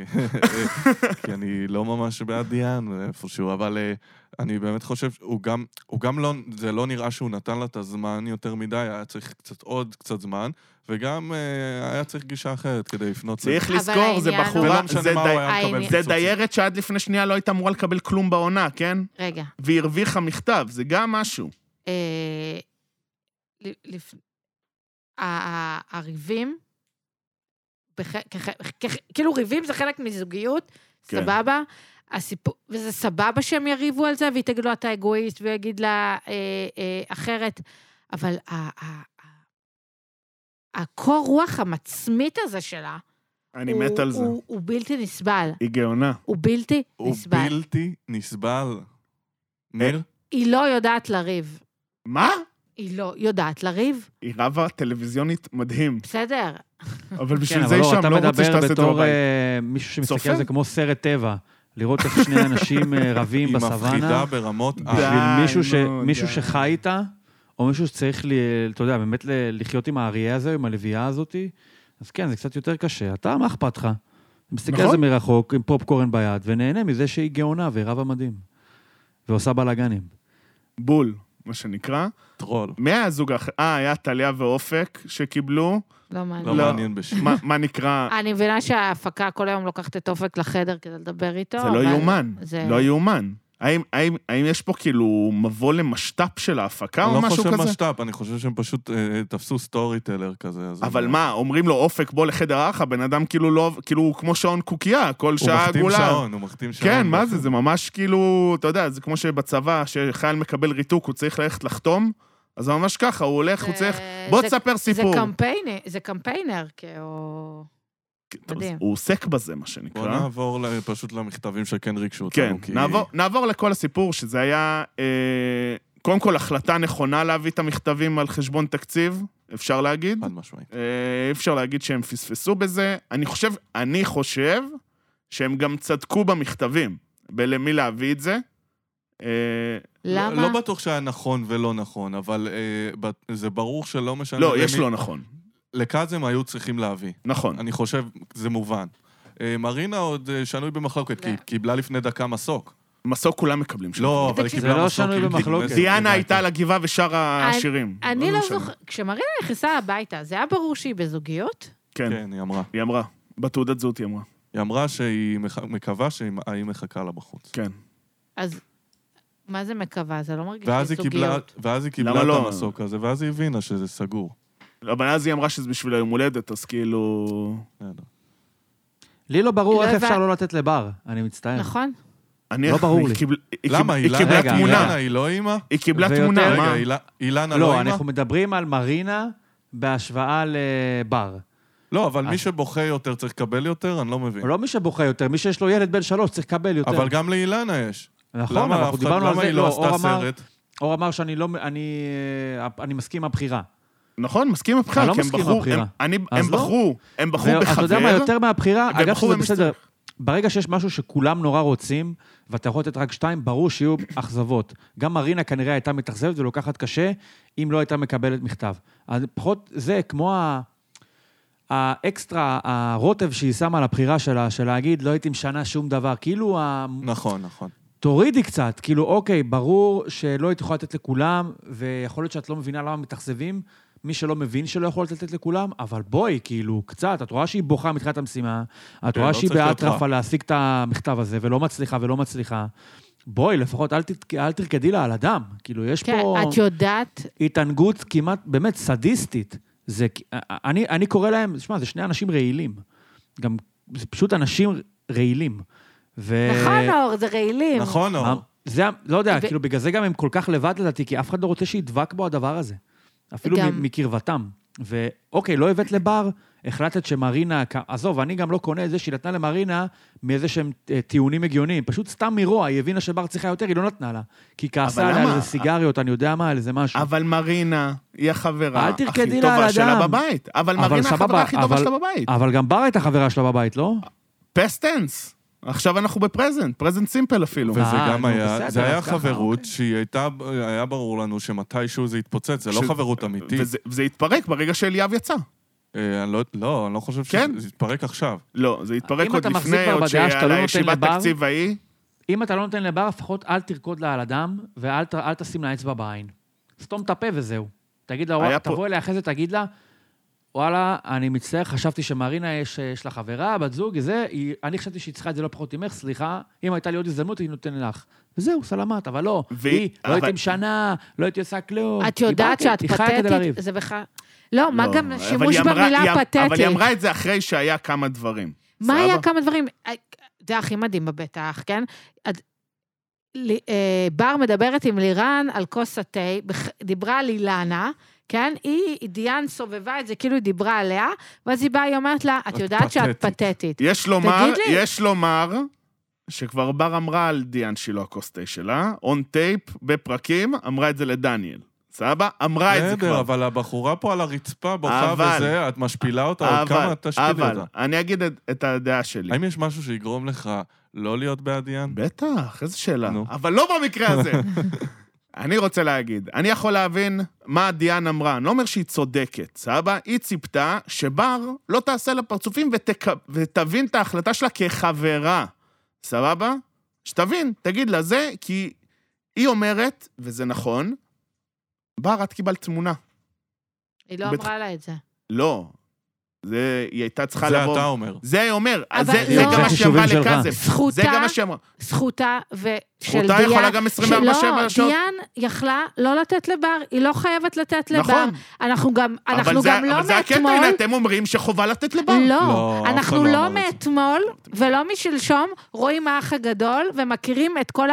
S2: כי אני לא ממש בעד דיאן איפשהו, אבל אה, אני באמת חושב שהוא גם, הוא גם לא, זה לא נראה שהוא נתן לה את הזמן יותר מדי, היה צריך קצת עוד קצת זמן, וגם אה, היה צריך גישה אחרת כדי לפנות
S1: צריך
S3: אבל
S1: לזכור, זה
S3: העניין הוא-
S1: בחורה,
S2: ולא משנה
S1: זה
S2: מה הוא
S1: די-
S2: היה מקבל.
S3: העניין-
S1: זה
S2: פיצוצים.
S1: דיירת שעד לפני שנייה לא הייתה אמורה לקבל כלום בעונה, כן?
S3: רגע,
S1: והיא הרוויחה מכתב, זה גם משהו.
S3: אה, ל- לפ... ה- ה- הריבים, בח... כח... כח... כאילו ריבים זה חלק מזוגיות,
S1: כן.
S3: כן. סבבה? הסיפור, וזה סבבה שהם יריבו על זה, והיא תגיד לו, אתה אגואיסט, והוא יגיד לה אה, אה, אחרת, אבל ה- ה- ה- הקור רוח המצמית הזה שלה,
S1: אני
S3: הוא-
S1: מת על זה.
S3: הוא, הוא בלתי נסבל.
S1: היא גאונה.
S3: הוא בלתי
S2: הוא
S3: נסבל.
S2: בלתי נסבל.
S1: אה,
S2: ניר?
S3: היא לא יודעת לריב.
S1: מה?
S3: היא לא יודעת לריב,
S1: היא רבה טלוויזיונית מדהים,
S3: בסדר.
S1: אבל
S4: כן,
S1: בשביל זה
S4: אבל
S1: היא
S4: לא,
S1: שם,
S4: אתה
S1: לא רוצה
S4: מדבר
S1: שתעשה את זה
S4: בתור
S1: בבית.
S4: אה, מישהו שמסתכל על
S1: צופה?
S4: זה כמו סרט טבע. לראות איך שני אנשים אה, רבים
S2: היא
S4: בסוואנה,
S2: מפחידה ברמות...
S1: די.
S2: ה-
S4: בשביל מישהו ש-
S1: נו,
S4: מישהו
S1: די.
S4: שחי איתה, או מישהו שצריך, ל- אתה יודע, באמת ל- לחיות עם האריה הזה, עם הלוויה הזאת, אז כן, זה קצת יותר קשה. אתה, מה אכפת לך? מסתכל על זה
S1: נכון.
S4: מרחוק, עם פופקורן ביד, ונהנה מזה שהיא גאונה והיא רבה מדהים. ועושה בלאגנים.
S1: בול, מה שנקרא.
S2: טרול.
S1: מי היה הזוג האחר? אה, היה טליה ואופק שקיבלו.
S3: לא מעניין.
S2: לא
S1: לא.
S2: מעניין בשביל.
S1: מה- מה נקרא?
S3: אני מבינה שההפקה כל היום לוקחת את אופק לחדר כדי לדבר איתו.
S1: זה לא
S3: אבל
S1: יאומן.
S3: זה-
S1: לא יאומן. האם- האם האם יש פה כאילו מבוא למשת"פ של ההפקה או
S2: אני לא
S1: משהו
S2: חושב
S1: כזה?
S2: משת"פ, אני חושב שהם פשוט אה, תפסו סטורי טלר כזה. אז
S1: אבל
S2: הם-
S1: מה, אומרים לו, אופק, בוא לחדר האח, הבן אדם כאילו לא, כאילו הוא כמו שעון קוקייה, כל
S2: הוא
S1: שעה
S2: מחתים
S1: עגולה.
S2: שעון, הוא מחתים שעון.
S1: כן, מה זה, זה ממש כאילו, אתה יודע, זה כמו שבצבא, שחייל מקבל ריתוק, הוא צריך ללכת לחתום, אז זה ממש ככה, הוא הולך, הוא
S3: זה-
S1: צריך... בוא
S3: זה-
S1: תספר סיפור.
S3: זה קמפיינר, זה קמפיינר, כאילו...
S1: טוב,
S3: מדהים.
S1: הוא עוסק בזה, מה שנקרא.
S2: בוא נעבור אוקיי. ל- פשוט למכתבים שכן ריגשו אותנו.
S1: כן,
S2: כי-
S1: נעבור, נעבור לכל הסיפור, שזה היה, אה, קודם כל, החלטה נכונה להביא את המכתבים על חשבון תקציב, אפשר להגיד.
S2: חד משמעית.
S1: אה, אי אפשר להגיד שהם פספסו בזה. אני חושב, אני חושב שהם גם צדקו במכתבים, בלמי להביא את זה. אה,
S2: לא,
S3: למה?
S2: לא בטוח שהיה נכון ולא נכון, אבל אה, ב- זה ברור שלא משנה...
S1: לא,
S2: כן, למי-
S1: יש לא נכון.
S2: לקאזם היו צריכים להביא.
S1: נכון.
S2: אני חושב, זה מובן. אה, מרינה עוד אה, שנוי במחלוקת, כי
S3: לא.
S2: היא קיבלה לפני דקה מסוק.
S1: מסוק כולם מקבלים שם.
S2: לא, אבל היא
S3: תקשיב,
S2: קיבלה
S4: זה לא
S2: מסוק.
S4: שנוי
S2: עם
S4: במחלוקת.
S2: דיגמס.
S1: דיאנה
S2: הבנתי.
S1: הייתה על הגבעה ושרה
S3: אני-
S1: שירים.
S3: אני לא
S1: משנה.
S3: זוכרת, כשמרינה נכנסה הביתה, זה היה ברור שהיא בזוגיות?
S1: כן,
S2: כן, היא אמרה.
S1: היא אמרה. בתעודת זהות היא אמרה.
S2: היא אמרה שהיא מח- מקווה שהיא מחכה לה בחוץ.
S1: כן.
S3: אז מה זה מקווה? זה לא מרגיש לי
S2: ואז היא קיבלה,
S3: זוגיות.
S2: ואז היא
S1: למה
S2: קיבלה את
S1: לא?
S2: המסוק הזה, ואז היא הבינה שזה סגור.
S1: אבל אז היא אמרה שזה בשביל היום הולדת, אז כאילו...
S2: בסדר.
S4: לי לא ברור
S3: לא
S4: איך
S3: הבנ-
S4: אפשר לא לתת לבר, אני
S2: כן.
S4: מצטער.
S3: נכון?
S1: אני...
S4: לא ברור לי.
S1: קיבל- היא
S2: למה?
S1: קיבל- היא
S2: אילנה-
S1: קיבלה
S4: רגע,
S1: תמונה.
S2: אילנה היא לא אימא?
S1: היא קיבלה
S4: ויותר-
S1: תמונה,
S2: רגע,
S1: מה?
S2: אילה- אילנה לא
S4: לא,
S2: אימא?
S4: אנחנו מדברים על מרינה בהשוואה לבר.
S2: לא, אבל מי
S4: אז-
S2: שבוכה יותר צריך לקבל יותר, אני לא מבין.
S4: לא מי שבוכה יותר, מי שיש לו ילד בן שלוש צריך לקבל יותר.
S2: אבל גם לאילנה יש.
S4: נכון,
S2: למה
S4: אבל
S2: אף
S4: אנחנו
S2: אחד-
S4: דיברנו על
S2: למה
S4: זה,
S2: היא לא
S4: לא, אור
S2: עשתה
S4: אמר,
S2: סרט?
S4: אור אמר שאני לא, אני, אה, אני מסכים עם הבחירה.
S1: נכון, מסכים עם הבחירה,
S4: אני לא
S1: כי הם
S4: מסכים עם
S1: בחרו,
S4: הבחירה.
S1: הם- אני-
S4: אז
S1: הם
S4: לא.
S1: בחרו, הם בחרו
S4: ו- אתה יודע מה,
S1: בחבר,
S4: יותר מהבחירה,
S1: וגם
S4: אגב
S1: בחור
S4: שזה
S1: במשחק.
S4: בסדר, ברגע שיש משהו שכולם נורא רוצים, ואתה יכול לתת רק שתיים, ברור שיהיו אכזבות. גם מרינה כנראה הייתה מתאכזבת ולוקחת קשה, אם לא הייתה מקבלת מכתב. אז פחות, זה כמו ה... האקסטרה, הרוטב שהיא שמה על הבחירה שלה, של להגיד, לא הייתי משנה שום דבר. כאילו, ה-
S2: נכון, נכון.
S4: תורידי קצת, כאילו, אוקיי, ברור שלא היית יכולה לתת לכולם, ויכול להיות שאת לא מבינה למה מתאכזבים, מי שלא מבין שלא יכול לתת לכולם, אבל בואי, כאילו, קצת, את רואה שהיא בוכה מתחילת המשימה, את
S2: כן,
S4: רואה
S2: לא
S4: שהיא
S2: צריך להיות
S4: באטרף
S2: רע.
S4: על להשיג את המכתב הזה, ולא מצליחה ולא מצליחה. בואי, לפחות אל, תת... אל תרקדי לה על הדם. כאילו, יש
S3: כן,
S4: פה
S3: את יודעת,
S4: התענגות כמעט, באמת, סדיסטית. זה, כ- אה, אני, אני קורא להם, שמע, זה שני אנשים רעילים. גם, זה פשוט אנשים רעילים. ו...
S3: נכון אור, זה רעילים.
S2: אה, נכון, אור.
S4: מה- זה, ה- לא יודע,
S3: ו-
S4: כאילו, בגלל זה גם הם כל כך לבד לדעתי, כי אף אחד לא רוצה שידבק בו הדבר הזה. אפילו
S3: גם-
S4: מ- מקרבתם. ואוקיי, לא הבאת לבר, החלטת שמרינה... כ- עזוב, אני גם לא קונה את זה שהיא נתנה למרינה מאיזה שהם אה, טיעונים הגיוניים. פשוט סתם מרוע, היא הבינה שבר צריכה יותר, היא לא נתנה לה. כי היא כעסה
S1: אבל
S4: עליה
S1: למה?
S4: על איזה סיגריות, אני יודע מה, על איזה משהו.
S1: אבל מרינה היא החברה
S4: אל
S1: הכי
S4: תרקדי לה על
S1: טובה שלה
S4: הדם.
S1: בבית. אבל
S4: אבל
S1: מרינה
S4: סבבה,
S1: החברה הכי טובה
S4: אבל-
S1: שלה בבית.
S4: אבל גם בר הייתה חברה שלה בבית, לא?
S1: פסטנס. עכשיו אנחנו בפרזנט, פרזנט סימפל אפילו.
S4: ו-
S2: וזה
S4: אה,
S2: גם
S4: נו,
S2: היה,
S4: בסדר,
S2: זה היה
S4: אז ככה,
S2: חברות שהיא הייתה, היה ברור לנו שמתישהו זה יתפוצץ, זה לא
S1: ש-
S2: חברות אמיתית.
S1: וזה- וזה התפרק ברגע שאליאב יצא.
S2: אה, אני לא- לא, אני לא חושב
S1: כן.
S2: שזה יתפרק עכשיו.
S1: לא, זה התפרק
S4: אם
S1: עוד
S4: אתה מחזיק
S1: לפני,
S4: כבר
S1: עוד
S4: בדעה שאתה
S1: שעל
S4: לא נותן
S1: הישיבת
S4: לבר-
S1: תקציב ההיא.
S4: אם אתה לא נותן לבר, לפחות אל תרקוד לה על הדם, ואל ת- אל תשים לה אצבע בעין. סתום את הפה וזהו. תגיד לה,
S1: היה
S4: וואי,
S1: פה-
S4: תבוא אליה אחרי זה, תגיד לה, וואלה, אני מצטער, חשבתי שמרינה יש, יש לה חברה, בת זוג, זה, היא, אני חשבתי שהיא צריכה את זה לא פחות ממך, סליחה, אם הייתה לי עוד הזדמנות, היא נותנת לך. וזהו, סלמת, אבל לא,
S1: ו-
S4: היא,
S1: אבל-
S4: לא הייתי משנה, לא הייתי עושה כלום.
S3: את יודעת
S4: היא באה-
S3: שאת
S4: היא חיה כדי
S3: פתטית?
S4: לריב.
S3: זה בכלל... לא, מה
S1: לא,
S3: גם
S1: אבל
S3: שימוש
S1: היא אמרה- היא אמ-
S3: במילה
S1: אבל היא
S3: פתטית.
S1: אמרה את זה אחרי שהיה כמה דברים.
S3: מה
S1: סבבה?
S3: היה כמה דברים? אה, זה הכי מדהים בבטח, כן? אז, ל- אה, בר מדברת עם לירן על כוס התה, בח- דיברה על אילנה, כן? היא, דיאן סובבה את זה, כאילו היא דיברה עליה, ואז היא באה, היא אומרת לה, את
S2: את
S3: יודעת שאת
S2: פתטית."
S3: פתטית.
S1: יש לומר,
S3: תגיד לי.
S1: יש לומר שכבר בר אמרה על דיאן שילה הכוס תה שלה, און טייפ, בפרקים, אמרה את זה לדניאל. סבבה?
S4: אה,
S1: אמרה את זה
S2: בסדר,
S1: כבר.
S2: אבל הבחורה פה על הרצפה, בוכה
S1: אבל-
S2: וזה, את משפילה אותה, עוד כמה את תשפילי
S1: אבל,
S2: אותה.
S1: אני אגיד את, את הדעה שלי.
S2: האם יש משהו שיגרום לך לא להיות בעד יאן?
S1: בטח, איזה שאלה.
S2: נו.
S1: אבל לא במקרה הזה. אני רוצה להגיד, אני יכול להבין מה דיאן אמרה. אני לא אומר שהיא צודקת, סבבה? היא ציפתה שבר לא תעשה לה פרצופים ותק... ותבין את ההחלטה שלה כחברה, סבבה? שתבין, תגיד לה זה, כי היא אומרת, וזה נכון, בר, את קיבלת תמונה.
S3: היא לא
S1: בת-
S3: אמרה לה את זה.
S1: לא. זה, היא הייתה צריכה
S2: זה
S1: לבוא...
S2: אתה אומר.
S1: זה היא אומר,
S3: אבל
S1: זה, זה
S3: לא.
S1: גם מה שהיא אמרה
S4: זה חישובים
S1: לכאזם.
S4: שלך.
S1: זה
S3: זכותה,
S1: גם מה שהיא אמרה.
S3: זכותה ושל דיאן.
S1: זכותה יכולה גם 24/7
S3: שלא,
S1: שעות.
S3: דיאן יכלה לא לתת לבר, היא לא חייבת לתת לבר.
S1: נכון.
S3: אנחנו גם, אנחנו
S1: אבל
S3: גם
S1: זה,
S3: לא
S1: אבל זה הקטע,
S3: מאתמול...
S1: הנה, אתם אומרים שחובה לתת לבר.
S3: לא,
S2: לא, אף
S3: אנחנו
S2: אחד לא
S3: לא
S2: אמר את זה.
S3: מאתמול ולא משלשום רואים האח הגדול ומכירים את כל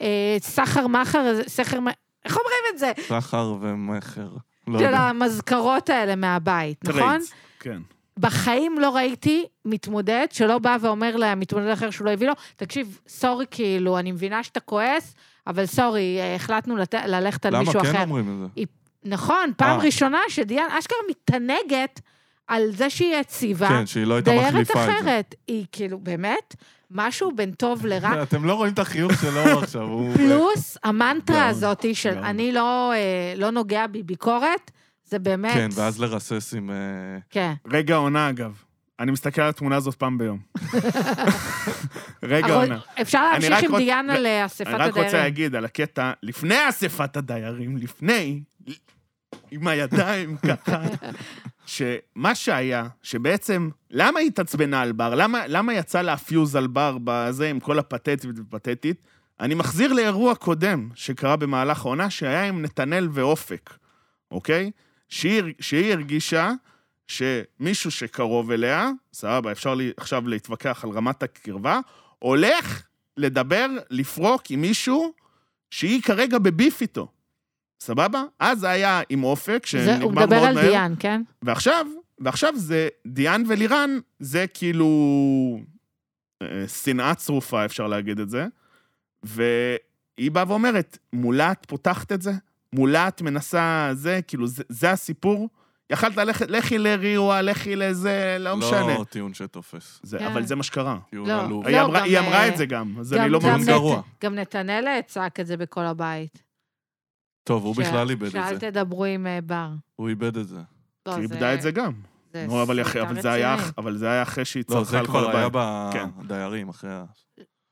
S3: הסחר-מכר, הזה, סחר... מ- איך אומרים את זה?
S2: סחר ומכר. לא
S3: של
S2: יודע.
S3: המזכרות האלה מהבית, נכון?
S1: טריידס, כן.
S3: בחיים לא ראיתי מתמודד שלא בא ואומר למתמודד אחר שהוא לא הביא לו, תקשיב, סורי, כאילו, אני מבינה שאתה כועס, אבל סורי, אה, החלטנו לת... ללכת על
S2: למה
S3: מישהו אחר.
S2: כן אומרים את זה?
S3: נכון, פעם
S2: אה.
S3: ראשונה שדיאן אשכרה מתענגת על זה שהיא יציבה.
S2: כן, שהיא לא הייתה
S3: דיירת
S2: מחליפה את זה.
S3: אחרת, היא כאילו, באמת, משהו בין טוב לרע.
S2: אתם לא רואים את החיוך שלו עכשיו, הוא...
S3: פלוס המנטרה
S1: גאון,
S3: הזאת של
S1: גאון.
S3: אני לא, אה, לא נוגע בי ביקורת, זה באמת...
S2: כן, ואז לרסס עם... אה,
S3: כן.
S1: רגע עונה, אגב. אני מסתכל על התמונה הזאת פעם ביום. רגע
S3: אבל
S1: עונה.
S3: אפשר
S1: אני רק
S3: להמשיך עם
S1: רוצ-
S3: דיאן
S1: ו-
S3: על אה, אספת
S1: אני רק רוצה
S3: הדיירים.
S1: להגיד על הקטע, לפני אספת הדיירים, לפני, עם הידיים ככה, שמה שהיה, שבעצם, למה היא התעצבנה על בר? למה, למה יצא לה פיוז על בר בזה עם כל הפתטית ופתטית? אני מחזיר לאירוע קודם שקרה במהלך העונה, שהיה עם נתנאל ואופק, אוקיי? שהיא, שהיא הרגישה שמישהו שקרוב אליה, סבבה, אפשר לי עכשיו להתווכח על רמת הקרבה, הולך לדבר, לפרוק עם מישהו שהיא כרגע בביף איתו. סבבה? אז זה היה עם אופק,
S3: זה-
S1: שנגמר
S3: הוא
S1: מאוד מהר.
S3: מדבר על דיאן, כן?
S1: ועכשיו, ועכשיו זה דיאן ולירן, זה כאילו אה, שנאה צרופה, אפשר להגיד את זה. והיא באה ואומרת, מולה את פותחת את זה? מולה את מנסה זה? כאילו, זה, זה הסיפור? יכלת ללכת, לכי לריואה, לכי לזה, לא, משנה.
S2: לא טיעון שתופס.
S1: זה,
S3: כן.
S1: אבל זה מה שקרה.
S2: טיעון
S3: לא.
S2: עלוב.
S1: היא, אמרה,
S3: גם,
S1: היא אמרה
S3: אה,
S1: את זה גם, אז
S3: גם-
S1: אני לא
S3: גם
S1: מבין.
S2: טיעון גרוע.
S3: גם נתנאל צעק את זה בכל הבית.
S2: טוב, הוא
S3: ש-
S2: בכלל איבד את
S3: שאל
S2: זה.
S3: תדברו עם אה, בר.
S2: הוא איבד את זה.
S3: לא,
S1: היא איבדה את זה גם. נו, אבל, אחרי- אבל זה היה אח- אבל זה היה אחרי שהיא
S2: לא, זה
S1: צרחה על כל
S2: כבר היה
S1: הבית. כן.
S2: בדיירים, אחרי ה...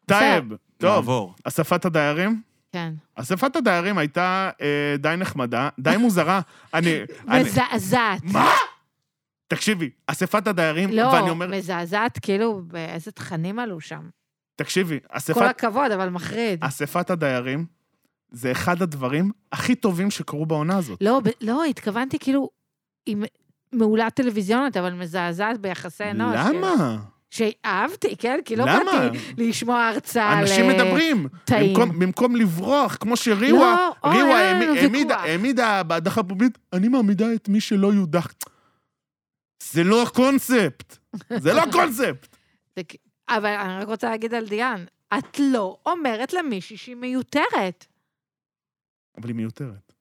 S1: טייב, טוב,
S2: נעבור.
S1: אספת הדיירים?
S3: כן.
S1: אספת הדיירים הייתה אה, די נחמדה, די מוזרה. אני... אני-
S3: מזעזעת.
S1: מה? תקשיבי, אספת הדיירים, ואני
S3: לא,
S1: אומר...
S3: מזעזעת, כאילו, באיזה תכנים עלו שם.
S1: תקשיבי,
S3: כל
S1: אספת-
S3: הכבוד, אבל מחריד.
S1: אספת הדיירים זה אחד הדברים הכי טובים שקרו בעונה הזאת.
S3: לא, ב- לא, התכוונתי כאילו, היא מ- מעולה טלוויזיונית, אבל מזעזעת ביחסי אנוש. כאילו.
S1: למה?
S3: שאהבתי, כן? כי לא
S1: למה?
S3: באתי לשמוע הרצאה על...
S1: אנשים
S3: אה,
S1: מדברים.
S3: טעים.
S1: במקום- במקום לברוח, כמו שריווה,
S3: לא, אוי,
S1: ריווה
S3: היה לנו
S1: העמיד- העמידה-
S3: ויכוח.
S1: העמידה בהדחה פומבית, אני מעמידה את מי שלא יודח. זה לא הקונספט. זה לא הקונספט.
S3: זה כ- אבל אני רק רוצה להגיד על דיאן, את לא אומרת למישהי שהיא מיותרת.
S1: אבל היא מיותרת.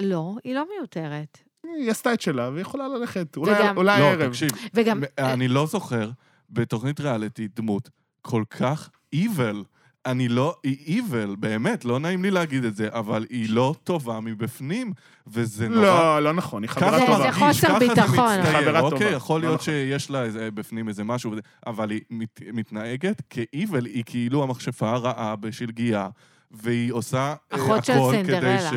S3: לא, היא לא מיותרת.
S1: היא עשתה את שלה, והיא יכולה ללכת. אולי,
S3: וגם-
S1: אולי
S2: לא,
S1: הערב.
S2: תקשיב,
S3: וגם,
S2: אני לא זוכר בתוכנית ריאליטי דמות כל כך איבל. אני לא, היא איבל, באמת, לא נעים לי להגיד את זה, אבל היא לא טובה מבפנים, וזה נורא...
S1: לא, לא נכון, היא
S2: ככה
S1: חברה
S3: זה-
S1: טובה.
S3: זה
S2: מרגיש,
S3: חוסר
S2: ככה זה
S3: ביטחון.
S2: מצטייר,
S1: חברה טובה.
S2: אוקיי, יכול
S1: לא
S2: להיות
S1: נכון.
S2: שיש לה איזה- בפנים איזה משהו, וזה- אבל היא מת- מתנהגת כאיבל, היא כאילו המכשפה הרעה בשלגיה, והיא עושה אה,
S3: אחות של
S2: הכל כדי
S3: סינדרלה.
S2: ש...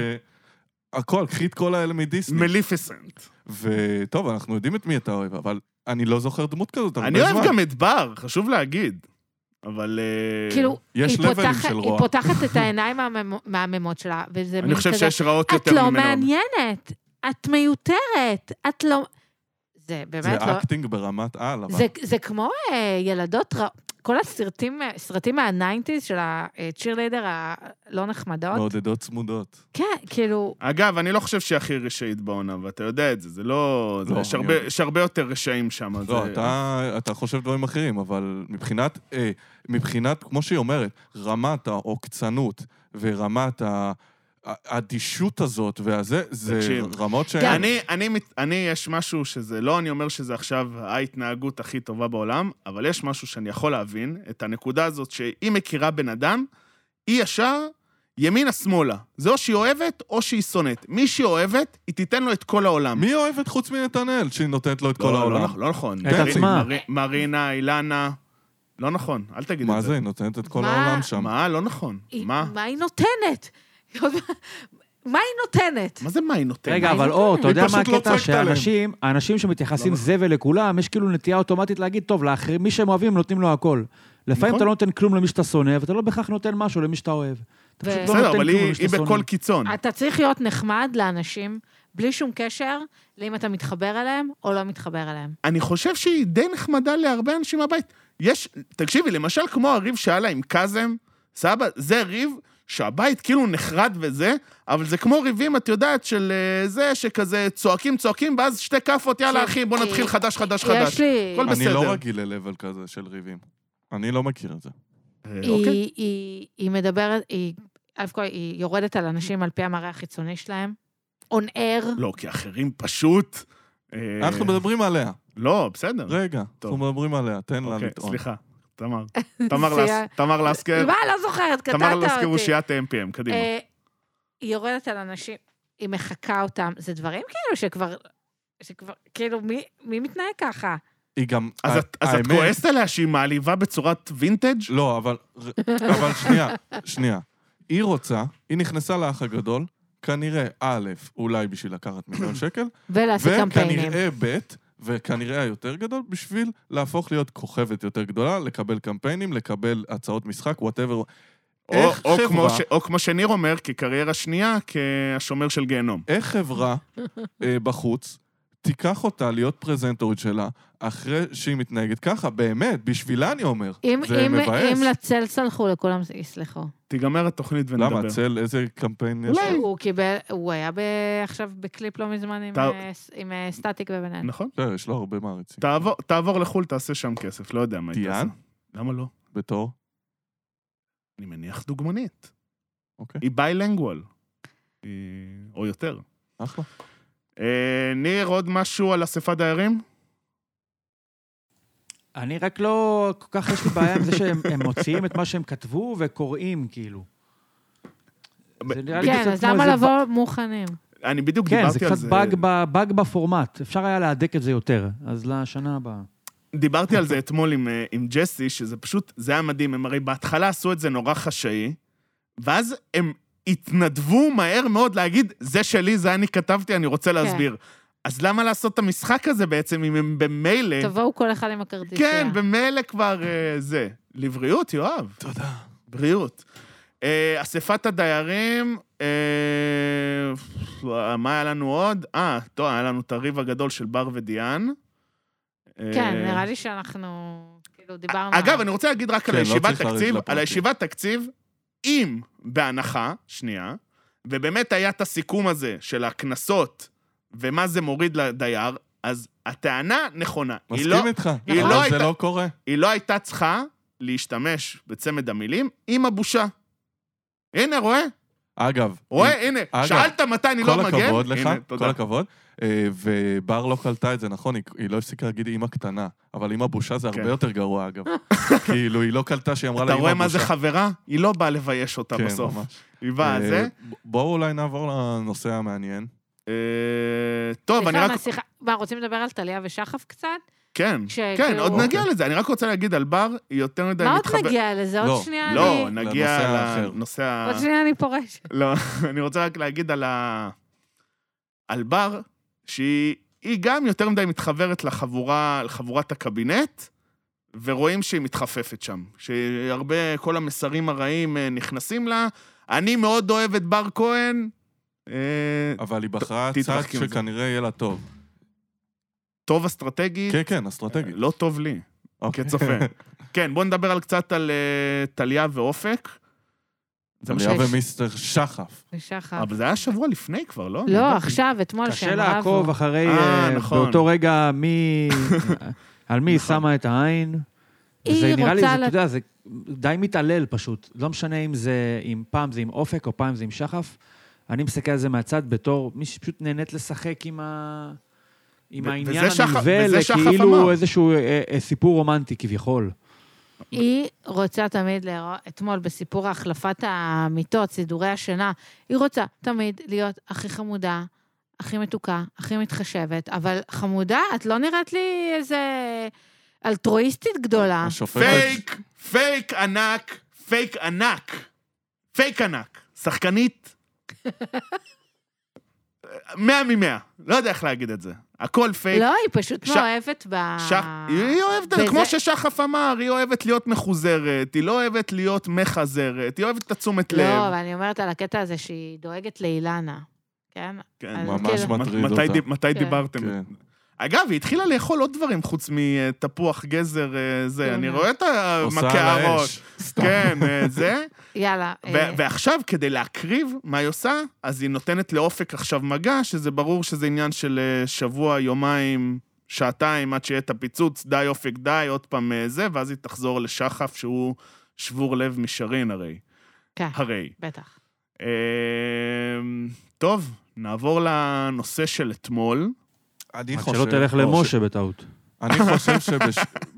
S2: הכל, קחי את כל האלה מדיסני.
S1: מליפיסנט.
S2: וטוב, אנחנו יודעים את מי אתה אוהב, אבל אני לא זוכר דמות כזאת הרבה
S1: אני
S2: זמן.
S1: אוהב גם את בר, חשוב להגיד. אבל... אה,
S3: כאילו,
S2: יש
S3: היא
S2: לבלים
S3: פותחת-
S2: של
S3: היא
S2: רוע.
S3: פותחת את העיניים מהממו- מהממות שלה, וזה
S1: אני
S3: מין
S1: חושב
S3: כזה,
S1: שיש רעות
S3: את
S1: יותר ממנו.
S3: לא מעניינת, את מיותרת, את לא... זה
S2: זה
S3: באמת לא...
S2: אקטינג ברמת על, אבל...
S3: זה, זה כמו אה, ילדות, רע- כל הסרטים אה, סרטים מהניינטיז של הצ'ירלידר הלא נחמדות.
S2: מעודדות צמודות.
S3: כן, כאילו,
S1: אגב, אני לא חושב שהיא הכי רשעית בעונה, ואתה יודע את זה, זה לא... זה-
S2: לא,
S1: יש
S2: אני
S1: הרבה-
S2: יודע.
S1: יש הרבה יותר רשעים שם. אה,
S2: לא,
S1: זה-
S2: אתה, אתה חושב דברים אחרים, אבל מבחינת, אה, מבחינת, כמו שהיא אומרת, רמת העוקצנות ורמת ה- האדישות הזאת והזה, זה
S1: תקשיב.
S2: רמות שהן...
S1: אני, אני, מת- אני, יש משהו שזה, לא אני אומר שזה עכשיו ההתנהגות הכי טובה בעולם, אבל יש משהו שאני יכול להבין, את הנקודה הזאת שהיא מכירה בן אדם, היא ישר ימינה-שמאלה. זה או שהיא אוהבת או שהיא שונאת. מי שהיא אוהבת, היא תיתן לו את כל העולם.
S2: מי אוהבת חוץ מנתנאל, שהיא נותנת לו את
S1: לא,
S2: כל
S1: לא
S2: העולם?
S1: נכ- לא נכון.
S4: את
S1: תן לי,
S4: עצמה.
S1: מר- מרינה, אילנה, לא נכון, אל תגיד
S2: מה
S1: את זה.
S2: זה, היא נותנת את כל
S3: מה?
S2: העולם שם.
S1: מה? לא נכון.
S3: היא-
S1: מה?
S3: מה היא נותנת? מה היא נותנת?
S1: מה זה מה היא נותנת?
S4: רגע,
S3: אני
S4: אבל
S3: לא
S4: אור, אתה
S3: יודעת.
S2: היא
S4: יודע מה
S2: פשוט לא
S4: הקטע?
S2: צועקת עליהם.
S4: שאנשים, האנשים שמתייחסים
S1: לא.
S4: זבל לכולם, יש כאילו נטייה אוטומטית להגיד, טוב, לאחרים, מי שהם אוהבים, נותנים לו הכל. לפעמים
S1: נכון.
S4: אתה לא נותן כלום למי שאתה שונא, ואתה לא בהכרח נותן משהו למי שאתה אוהב. אתה
S3: ו-
S4: פשוט לא
S1: בסדר,
S4: נותן
S1: אבל
S4: כלום
S1: היא
S4: למי
S1: היא
S4: שאתה שונא.
S1: בכל קיצון.
S3: אתה צריך להיות נחמד לאנשים, בלי שום קשר לאם אתה מתחבר אליהם או לא מתחבר אליהם.
S1: אני חושב שהיא די נחמדה להרבה אנשים מהבית. יש, תקשיבי, למשל כמו הריב שהיה לה עם קאזם, סבא, זה ריב שהבית כאילו נחרד וזה, אבל זה כמו ריבים, את יודעת, של אה, זה שכזה צועקים, צועקים, ואז שתי כאפות, יאללה
S3: כן,
S1: אחי, בוא
S3: כי-
S1: נתחיל חדש, חדש, חדש.
S3: יש לי...
S1: הכל
S2: אני לא
S1: בסדר.
S2: רגיל ל-level כזה של ריבים. אני לא מכיר את זה.
S1: אה, אוקיי.
S3: היא, היא, היא מדברת, היא, אלף כל, היא יורדת על אנשים על פי המראה החיצוני שלהם, on air,
S1: לא, כי אחרים פשוט... אה,
S2: אנחנו מדברים עליה.
S1: לא, בסדר.
S2: רגע, אנחנו מדברים עליה, תן לה
S1: אוקיי,
S2: לטעון.
S1: סליחה, תמר. תמר לס-
S3: זה-
S1: תמר לסקר,
S3: מה, לא זוכרת, קטעת אותי.
S1: כן. תמר לסקר אושיית AMPM, קדימה.
S3: אה, היא יורדת על אנשים, היא מחקה אותם, זה דברים כאילו שכבר, שכבר, כאילו, מי, מי מתנהג ככה?
S2: היא גם...
S1: אז את- אז את
S2: האמת-
S1: כועסת עליה שהיא מעליבה בצורת וינטג'?
S2: לא, אבל... אבל שנייה, שנייה. היא רוצה, היא נכנסה לאח הגדול, כנראה, א', אולי בשביל לקחת מיליון שקל,
S3: ולעשות קמפיינים.
S2: וכנראה ב', וכנראה היותר גדול, בשביל להפוך להיות כוכבת יותר גדולה, לקבל קמפיינים, לקבל הצעות משחק, וואטאבר.
S1: או,
S2: איך
S1: או,
S2: חברה-
S1: כמו ש, או כמו שניר אומר, כקריירה שנייה, כהשומר של גיהנום.
S2: איך חברה אה, בחוץ תיקח אותה להיות פרזנטורית שלה, אחרי שהיא מתנהגת ככה, באמת, בשבילה אני אומר.
S3: אם,
S2: זה
S3: אם,
S2: מבאס.
S3: אם לצל סלחו, לכולם יסלחו.
S1: תיגמר התוכנית ונדבר.
S2: למה, צל, איזה קמפיין יש?
S1: אולי.
S3: הוא קיבל, הוא היה ב, עכשיו בקליפ לא מזמן עם,
S1: טוב.
S3: אה, ס- עם אה, סטטיק ובנן.
S1: נכון.
S2: בסדר, יש לו הרבה מעריצים.
S1: תעבור, תעבור לחו"ל, תעשה שם כסף, לא יודע מה היא
S2: דיאן?
S1: תעשה. למה לא?
S2: בתור?
S1: אני מניח דוגמנית.
S2: אוקיי.
S1: היא ביילנגואל. היא... או יותר.
S2: אחלה.
S1: אה, ניר, עוד משהו על אספת דיירים?
S4: אני רק לא, כל כך יש לי בעיה עם זה שהם הם מוציאים את מה שהם כתבו וקוראים, כאילו. זה נראה לי
S3: כן,
S4: קצת
S3: אז
S4: כמו
S3: למה
S4: איזה
S3: לבוא מוכנים?
S1: אני בדיוק
S4: כן, זה
S1: דיברתי על
S4: קצת
S1: זה.
S4: באג ב- באג בפורמט. אפשר היה להדק את זה יותר. אז לשנה הבאה.
S1: דיברתי על זה אתמול עם, אה, עם ג'סי, שזה פשוט, זה היה מדהים, הם הרי בהתחלה עשו את זה נורא חשאי, ואז הם התנדבו מהר מאוד להגיד, זה שלי, זה אני כתבתי, אני
S3: כן.
S1: רוצה להסביר. אז למה לעשות את המשחק הזה בעצם, אם הם במילא...
S3: תבואו כל אחד עם הכרטיסייה.
S1: כן, במילא כבר אה, זה. לבריאות, יואב.
S2: תודה.
S1: בריאות. אה, אספת הדיירים, אה, מה היה לנו עוד? אה, טוב, היה לנו את הריב הגדול של בר ודיאן.
S3: כן,
S1: אה,
S3: נראה לי שאנחנו, כאילו, דיברנו...
S1: אגב,
S3: על-
S1: אני רוצה להגיד רק על
S2: כן, לא
S1: הישיבת
S2: צריך לרדת
S1: תקציב, על
S2: לפרטים.
S1: הישיבת תקציב, אם בהנחה, שנייה, ובאמת היה את הסיכום הזה של הקנסות ומה זה מוריד לדייר, אז הטענה נכונה. היא לא,
S2: מסכים איתך.
S1: היא
S2: אבל
S1: לא
S2: זה
S1: הייתה-
S2: לא קורה.
S1: היא לא הייתה צריכה להשתמש בצמד המילים עם הבושה. הנה, רואה?
S2: אגב,
S1: רואה? הנה.
S2: אגב,
S1: שאלת מתי אני לא
S2: כל
S1: מגן?
S2: הכבוד לך,
S1: הנה,
S2: כל
S1: תודה.
S2: הכבוד. אה, ובר לא קלטה את זה, נכון, היא- היא לא הפסיקה להגיד אימא קטנה, אבל אימא בושה זה
S1: כן.
S2: הרבה יותר גרוע, אגב. כאילו, היא לא קלטה שהיא אמרה לה
S1: אתה
S2: אימא
S1: רואה
S2: בושה.
S1: מה זה חברה? היא לא באה לבייש אותה
S2: כן,
S1: בסוף.
S2: ממש.
S1: היא באה,
S2: אה,
S1: זה.
S2: ב- בואו אולי נעבור לנושא המעניין.
S1: אה, טוב, אני
S3: סליחה,
S1: רק...
S3: מה, סליחה, מה, רוצים לדבר על טליה ושחף קצת?
S1: כן,
S3: שכאילו-
S1: כן, עוד
S2: אוקיי.
S1: נגיע לזה. אני רק רוצה להגיד על בר, היא יותר מדי
S3: מה עוד
S1: מתחברת.
S3: נגיע לזה? עוד
S2: לא,
S3: שנייה
S1: לא,
S3: אני...
S1: נגיע
S2: לנושא האחר.
S1: לנושא ה...
S3: עוד שנייה אני פורשת.
S1: לא, אני רוצה רק להגיד על ה... על בר, שהיא היא גם יותר מדי מתחברת לחבורה, לחבורת הקבינט, ורואים שהיא מתחפפת שם. שהרבה, כל המסרים הרעים אה, נכנסים לה. אני מאוד אוהב את בר כהן. אה,
S2: אבל היא בחרה
S1: ת-
S2: צד
S1: תתרחק עם זה.
S2: שכנראה יהיה לה טוב.
S1: טוב אסטרטגית,
S2: כן, כן, אסטרטגית.
S1: לא טוב לי.
S2: אוקיי.
S1: כצופה. כן, בואו נדבר על קצת על אה, טליה ואופק. זה מה ש...
S2: טליה
S3: שיש.
S2: ומיסטר שחף.
S3: ושחר.
S1: אבל זה היה שבוע לפני כבר, לא? אני
S3: אה. לא,
S1: יודע.
S3: עכשיו, אתמול, שהם
S4: קשה
S3: רבו.
S4: לעקוב אחרי,
S1: אה,
S4: אה,
S1: נכון.
S4: באותו רגע, מי... על מי היא
S1: נכון.
S4: שמה את העין.
S3: היא
S4: זה נראה לי,
S3: רוצה
S4: זה, אתה
S3: לת-
S4: יודע, זה די מתעלל פשוט. לא משנה אם זה, אם פעם זה עם אופק או פעם זה עם שחף. אני מסתכל על זה מהצד בתור מי שפשוט נהנית לשחק עם, ה... עם
S1: ו-
S4: העניין
S1: וזה שחף-
S4: הנלווה,
S1: וזה שחף אמר.
S4: לכאילו איזשהו אה, אה, סיפור רומנטי כביכול.
S3: היא רוצה תמיד להיראות, אתמול בסיפור החלפת המיטות, סידורי השינה, היא רוצה תמיד להיות הכי חמודה, הכי מתוקה, הכי מתחשבת, אבל חמודה, את לא נראית לי איזה אלטרואיסטית גדולה.
S2: השופטת-
S1: פייק, פייק ענק, פייק ענק. פייק ענק. שחקנית. 100 מ-100. לא יודע איך להגיד את זה. הכל פייק.
S3: לא, אה. היא פשוט
S1: אוקיי. ש-
S3: מאוהבת ב...
S1: שח... היא אוהבת,
S3: בזה-
S1: כמו ששחף אמר, היא אוהבת להיות מחוזרת, היא לא אוהבת להיות מחזרת, היא אוהבת את התשומת לב.
S3: לא, אבל אני אומרת על הקטע הזה שהיא דואגת לאילנה, כן?
S1: כן,
S3: אז
S2: ממש
S3: כאילו-
S2: מטריד
S1: מתי,
S2: אותה.
S1: דיב, מתי
S3: כן.
S1: דיברתם?
S2: כן.
S1: אגב, היא התחילה לאכול עוד דברים חוץ מתפוח גזר, אה, זה. אני
S3: טונה.
S1: רואה את
S2: עושה
S1: המכה
S2: על
S1: הראש.
S2: האש.
S1: כן, אה, זה.
S3: יאללה. אה,
S1: ו- ועכשיו, כדי להקריב מה היא עושה, אז היא נותנת לאופק עכשיו מגע, שזה ברור שזה עניין של אה, שבוע, יומיים, שעתיים, עד שיהיה את הפיצוץ, די, אופק, די, עוד פעם אה, זה, ואז היא תחזור לשחף, שהוא שבור לב משרין הרי.
S3: כן,
S1: הרי.
S3: בטח.
S1: אמ, טוב, נעבור לנושא של אתמול.
S2: אני
S4: רק
S2: חושב...
S4: שלא תלך
S2: לא,
S4: למשה בטעות.
S2: אני חושב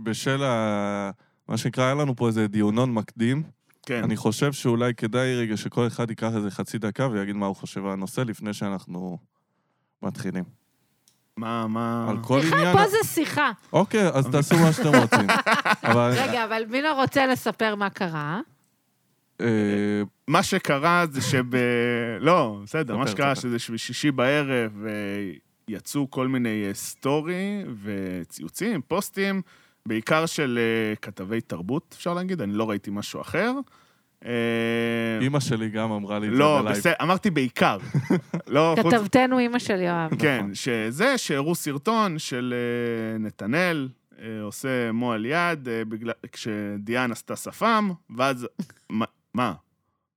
S2: שבשל ה... מה שנקרא, היה לנו פה איזה דיונון מקדים.
S1: כן.
S2: אני חושב שאולי כדאי רגע שכל אחד ייקח איזה חצי דקה ויגיד מה הוא חושב על הנושא לפני שאנחנו מתחילים.
S1: מה, מה...
S2: על כל עניין...
S3: פה זה שיחה.
S2: אוקיי, אז תעשו מה שאתם רוצים. אבל
S3: רגע, אבל מי לא רוצה לספר מה קרה?
S2: אה,
S1: מה שקרה זה שב... לא, בסדר, מה
S2: ספר,
S1: שקרה
S2: ספר.
S1: שזה שבשישי בערב אה, יצאו כל מיני אה, סטורי וציוצים, פוסטים, בעיקר של אה, כתבי תרבות, אפשר להגיד, אני לא ראיתי משהו אחר. אה,
S2: אימא שלי גם אמרה לי את זה
S1: לא,
S2: בלייב.
S1: בסדר, אמרתי בעיקר. לא, חוץ...
S3: כתבתנו אימא של יואב.
S2: נכון.
S1: כן, שזה שהראו סרטון של אה, נתנאל אה, עושה מו על יד, אה, בגלל- כשדיאן עשתה שפם, ואז... מה- מה?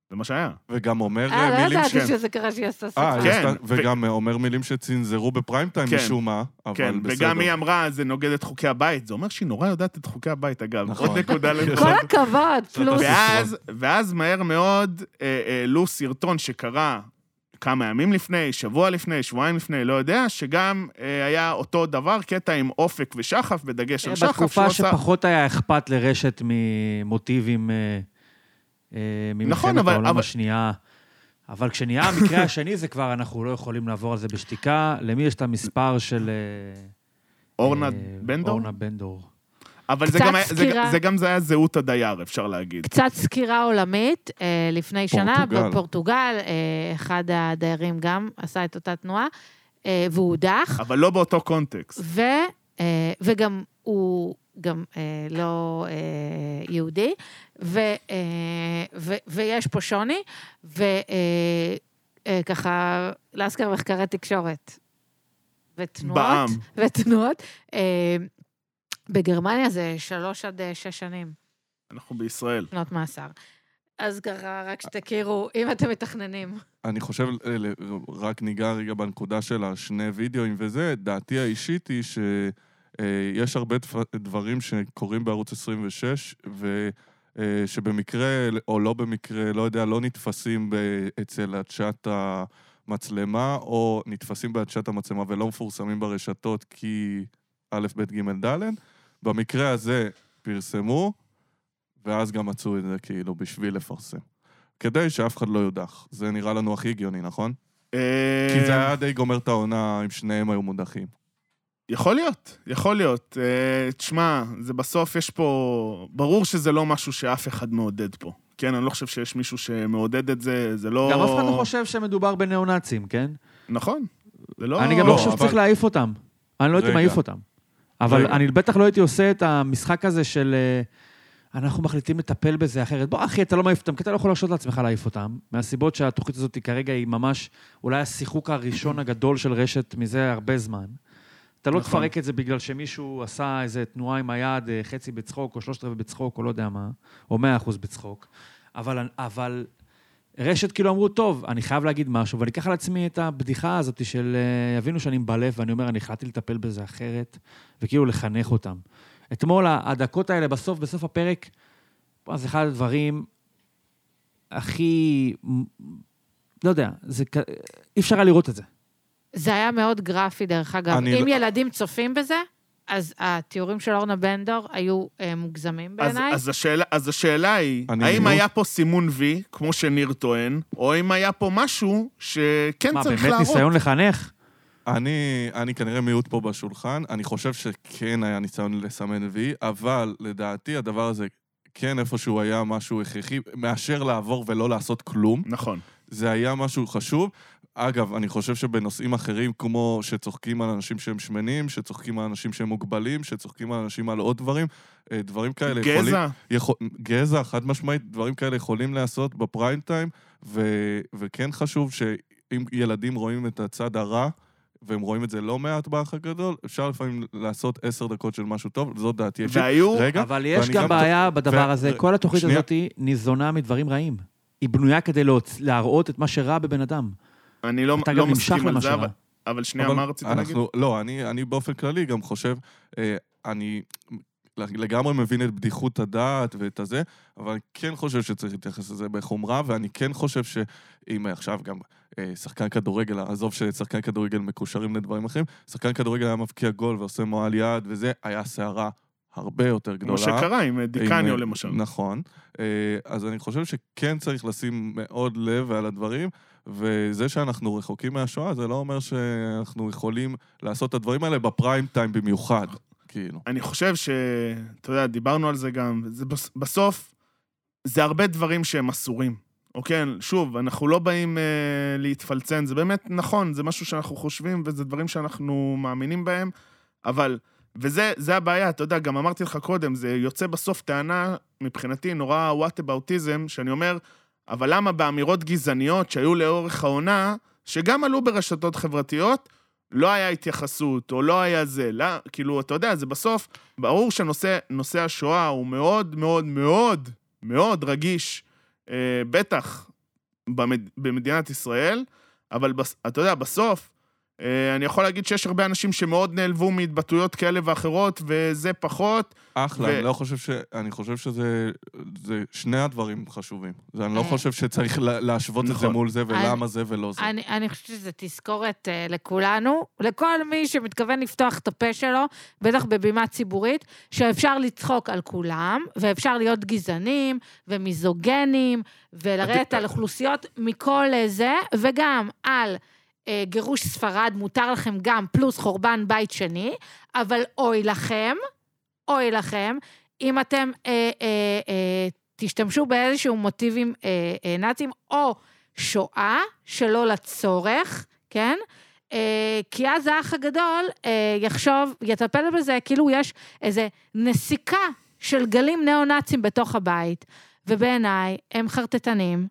S1: זה מה שהיה.
S2: וגם אומר
S3: אה, לא
S2: מילים
S3: ידעתי
S1: שם.
S3: שזה קרה שהיא עשתה
S2: אה,
S3: שפה.
S1: כן.
S2: יש לה-
S1: ו-
S2: וגם אומר מילים שצנזרו בפריים טיים
S1: כן.
S2: משום מה,
S1: כן,
S2: אבל בסדר.
S1: וגם היא אמרה, זה נוגד את חוקי הבית. זה אומר שהיא נורא יודעת את חוקי הבית, אגב.
S2: נכון.
S1: עוד נקודה לנקודה.
S3: כל הכבוד, פלוס.
S1: ואז, ואז מהר מאוד אה, העלו סרטון שקרה כמה ימים לפני, שבוע לפני, שבועיים לפני, לא יודע, שגם אה, היה אותו דבר, קטע עם אופק ושחף, בדגש
S3: אה,
S1: על שחף. שהוא
S4: בתקופה
S1: עשה-
S4: שפחות היה אכפת לרשת ממוטיבים אה, אה,
S1: נכון,
S4: ממלחמת
S1: אבל-
S4: העולם
S1: אבל-
S4: השנייה. אבל כשנהיה המקרה השני, זה כבר, אנחנו לא יכולים לעבור על זה בשתיקה. למי יש את המספר של... אה,
S1: אורנה
S4: אה,
S1: בן דור?
S4: אורנה בן דור.
S1: אבל זה
S3: קצת
S1: גם, היה, זה,
S3: סקירה.
S1: זה גם זה היה זהות הדייר, אפשר להגיד.
S3: קצת סקירה עולמית, אה, לפני שנה,
S2: פורטוגל.
S3: בפורטוגל, אה, אחד הדיירים גם עשה את אותה תנועה, אה, והוא הודח,
S1: אבל לא באותו קונטקסט.
S3: ו- אה, וגם הוא גם אה, לא אה, יהודי, ו- אה, ו- ויש פה שוני, אה, וככה, להזכיר מחקרי תקשורת. ותנועות,
S1: בעם.
S3: ותנועות. אה, בגרמניה זה שלוש עד אה, שש שנים.
S1: אנחנו בישראל.
S3: שנות מאסר. אז ככה, רק שתכירו, אם אתם מתכננים.
S2: אני חושב, אה, ל- רק ניגע רגע בנקודה של השני וידאוים וזה, דעתי האישית היא שיש הרבה דפ- דברים שקורים בערוץ 26, ו... אה, שבמקרה או לא במקרה, לא יודע, לא נתפסים ב- אצל עדשת המצלמה, או נתפסים בעדשת המצלמה ולא מפורסמים ברשתות כי א', ב', ג', ד'. במקרה הזה פרסמו, ואז גם מצאו את זה כאילו בשביל לפרסם. כדי שאף אחד לא יודח. זה נראה לנו הכי הגיוני, נכון?
S1: אמ.
S2: כי זה
S1: אה,
S2: היה די גומר את העונה אם שניהם היו מודחים.
S1: יכול להיות, יכול להיות. אה, תשמע, זה בסוף יש פה... ברור שזה לא משהו שאף אחד מעודד פה. כן, אני לא חושב שיש מישהו שמעודד את זה, זה לא...
S4: גם אף אחד לא חושב שמדובר בניאו-נאצים, כן?
S1: נכון. זה לא...
S4: אני גם
S2: לא,
S4: לא חושב
S2: אבל-
S4: שצריך להעיף אותם. אני לא הייתי
S2: רגע.
S4: מעיף אותם. אבל
S2: רגע.
S4: אני בטח לא הייתי עושה את המשחק הזה של אה, אנחנו מחליטים לטפל בזה אחרת. בוא, אחי, אתה לא מעיף אותם, כי אתה לא יכול להרשות לעצמך להעיף אותם, מהסיבות שהתוכנית הזאת היא כרגע היא ממש אולי השיחוק הראשון הגדול של רשת מזה הרבה זמן. אתה לא
S1: נכון.
S4: תפרק את זה בגלל שמישהו עשה איזה תנועה עם היד, אה, חצי בצחוק, או שלושת רבעי בצחוק, או לא יודע מה, או מאה אחוז בצחוק. אבל, אבל רשת כאילו אמרו, טוב, אני חייב להגיד משהו, ואני אקח על עצמי את הבדיחה הזאת של אה, יבינו שאני מבלף, ואני אומר, אני החלטתי לטפל בזה אחרת, וכאילו לחנך אותם. אתמול, ה- הדקות האלה בסוף, בסוף הפרק, פה זה אחד הדברים הכי... לא יודע, זה... כ- אי אפשר היה לראות את זה.
S3: זה היה מאוד גרפי, דרך אגב.
S2: אני
S3: אם
S2: לא-
S3: ילדים צופים בזה, אז התיאורים של אורנה בנדור היו אה, מוגזמים
S1: אז,
S3: בעיניי.
S1: אז, השאלה, אז השאלה היא,
S2: אני-
S4: לא-
S1: האם
S2: נו.
S1: היה פה סימון וי, כמו שניר טוען, או אם היה פה משהו שכן
S4: מה,
S1: צריך
S4: באמת
S1: להראות?
S4: ניסיון לחנך?
S2: אני, אני כנראה מיעוט פה בשולחן, אני חושב שכן היה ניסיון לסמן וי, אבל לדעתי הדבר הזה כן איפשהו היה משהו הכרחי, מאשר לעבור ולא לעשות כלום.
S1: נכון.
S2: זה היה משהו חשוב. אגב, אני חושב שבנושאים אחרים, כמו שצוחקים על אנשים שהם שמנים, שצוחקים על אנשים שהם מוגבלים, שצוחקים על אנשים על עוד דברים, אה, דברים כאלה יכולים...
S1: גזע?
S2: יכול, גזע, חד משמעית, דברים כאלה יכולים להיעשות בפריים טיים, ו, וכן חשוב שאם ילדים רואים את הצד הרע, והם רואים את זה לא מעט באח הגדול, אפשר לפעמים לעשות עשר דקות של משהו טוב, זאת דעתי. האישית.
S1: והיו...
S2: רגע,
S4: אבל יש
S2: ואני
S4: גם
S2: גם-
S4: בעיה בדבר
S2: ו-
S4: הזה. כל התוכנית
S2: שנייה.
S4: הזאת היא ניזונה מדברים רעים. היא בנויה כדי להוצ- להראות את מה שרע בבן אדם.
S1: אני לא,
S4: אתה
S1: לא
S4: גם נמשך
S1: מסכים על
S4: למה
S1: זה,
S4: שרע.
S1: אבל, אבל שנייה,
S2: אבל
S1: מה רצית להגיד?
S2: אנחנו, לא, אני, אני באופן כללי גם חושב, אה, אני לגמרי מבין את בדיחות הדעת ואת הזה, אבל אני כן חושב שצריך להתייחס לזה בחומרה, ואני כן חושב שאם עכשיו גם אה, שחקן כדורגל, עזוב ששחקן כדורגל מקושרים לדברים אחרים, שחקן כדורגל היה מבקיע גול ועושה מועל יד וזה, היה סערה הרבה יותר גדולה.
S1: כמו שקרה עם אה, דיקניו למשל.
S2: נכון. אה, אז אני חושב שכן צריך לשים מאוד לב על הדברים, וזה שאנחנו רחוקים מהשואה, זה לא אומר שאנחנו יכולים לעשות את הדברים האלה בפריים טיים במיוחד, כאילו.
S1: אני חושב ש... אתה יודע, דיברנו על זה גם, זה בס- בסוף, זה הרבה דברים שהם אסורים. אוקיי, שוב, אנחנו לא באים אה, להתפלצן, זה באמת נכון, זה משהו שאנחנו חושבים וזה דברים שאנחנו מאמינים בהם, אבל, וזה זה הבעיה, אתה יודע, גם אמרתי לך קודם, זה יוצא בסוף טענה, מבחינתי, נורא וואטאבאוטיזם, שאני אומר, אבל למה באמירות גזעניות שהיו לאורך העונה, שגם עלו ברשתות חברתיות, לא היה התייחסות, או לא היה זה, לא, כאילו, אתה יודע, זה בסוף, ברור שנושא נושא השואה הוא מאוד מאוד מאוד מאוד רגיש, אה, בטח במד, במדינת ישראל, אבל בס, אתה יודע, בסוף, אה, אני יכול להגיד שיש הרבה אנשים שמאוד נעלבו מהתבטאויות כאלה ואחרות, וזה פחות.
S2: אחלה,
S1: ו-
S2: אני לא חושב ש... אני חושב שזה... זה שני הדברים חשובים. זה, אני לא
S3: אה.
S2: חושב שצריך לה- להשוות את זה
S1: נכון.
S2: מול זה ולמה זה ולא זה.
S3: אני, אני חושבת שזו תזכורת אה, לכולנו, לכל מי שמתכוון לפתוח את הפה שלו, בטח בבימה ציבורית, שאפשר לצחוק על כולם, ואפשר להיות גזענים ומיזוגנים, ולרדת
S1: את-
S3: על אוכלוסיות מכל אה, זה, וגם על אה, גירוש ספרד, מותר לכם גם פלוס חורבן בית שני, אבל אוי לכם, אוי לכם, אם אתם אה, אה, אה, תשתמשו באיזשהו מוטיבים אה, אה, נאצים, או שואה שלא לצורך, כן? אה, כי אז האח הגדול אה, יחשוב, יטפל בזה, כאילו יש איזו נסיקה של גלים ניאו-נאצים בתוך הבית. ובעיניי, הם חרטטנים,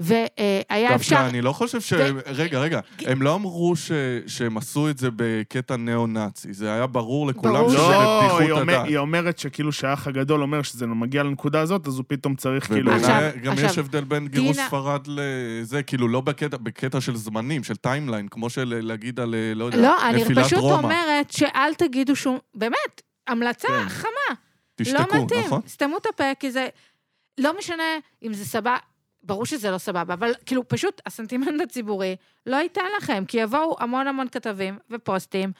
S3: והיה
S2: דווקא
S3: אפשר...
S2: אני לא חושב ש...
S3: זה-
S2: רגע, רגע, הם לא אמרו ש... שהם עשו את זה בקטע ניאו-נאצי. זה היה ברור לכולם
S3: ברור.
S2: שזה
S1: לא, היא,
S2: בבדיחות
S1: אומר,
S2: הדעת.
S1: היא אומרת שכאילו שהאח הגדול אומר שזה לא מגיע לנקודה הזאת, אז הוא פתאום צריך כאילו...
S3: עכשיו-
S2: ובעיניי גם יש
S3: עכשיו,
S2: הבדל בין גירוש
S3: דינה-
S2: ספרד לזה, כאילו לא בקטע, בקטע של זמנים, של טיימליין, כמו של להגיד על, אה, לא יודע,
S3: לא, אני
S2: נפילת
S3: פשוט
S2: רומא.
S3: אומרת שאל תגידו שום... באמת, המלצה
S2: כן.
S3: חמה.
S2: תשתקו,
S3: לא מתאים,
S2: נכון?
S3: סתמו את הפה, כי זה... לא משנה אם זה סבבה, ברור שזה לא סבבה, אבל כאילו, פשוט הסנטימנט הציבורי לא ייתן לכם, כי יבואו המון המון כתבים ופוסטים,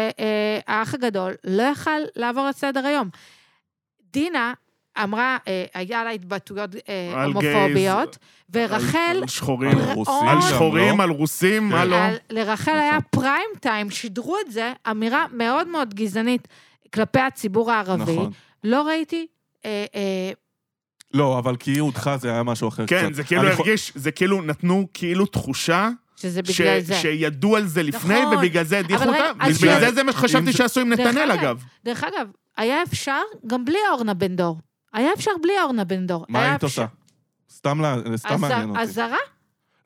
S3: והאח הגדול לא יכל לעבור לסדר היום. דינה אמרה, אה, היה לה התבטאויות אה,
S1: על
S3: הומופוביות,
S1: על-
S3: ורחל
S1: על שחורים,
S2: על
S1: על
S2: רוסים גם, לא?
S1: שחורים, על רוסים,
S2: כן.
S1: מה לא?
S3: על, לרחל
S2: נכון.
S3: היה פריים טיים, שידרו את זה, אמירה מאוד מאוד גזענית כלפי הציבור הערבי.
S2: נכון.
S3: לא ראיתי... אה, אה,
S2: לא, אבל כי אותך זה היה משהו אחר קצת.
S1: כן, זה כאילו
S2: אני חו-
S1: הרגיש, זה כאילו נתנו כאילו תחושה
S3: שזה
S1: ש-
S3: בגלל זה.
S1: שידעו על זה לפני,
S3: נכון.
S1: ובגלל זה הדיחו
S3: אבל רגע,
S1: אותה.
S3: אז
S1: בגלל
S2: שנייה.
S1: זה זה מה
S2: לא, אם
S1: שחשבתי
S2: זה-
S1: שעשו עם
S3: דרך
S1: נתנאל,
S3: אגב,
S1: אגב.
S3: דרך אגב, היה אפשר גם בלי אורנה בן דור. היה אפשר בלי אורנה בן דור.
S2: מה
S3: היה
S2: היית
S3: אפשר-
S2: עושה? סתם לה- סתם
S3: הז-
S2: מעניין אותי.
S3: הזרה?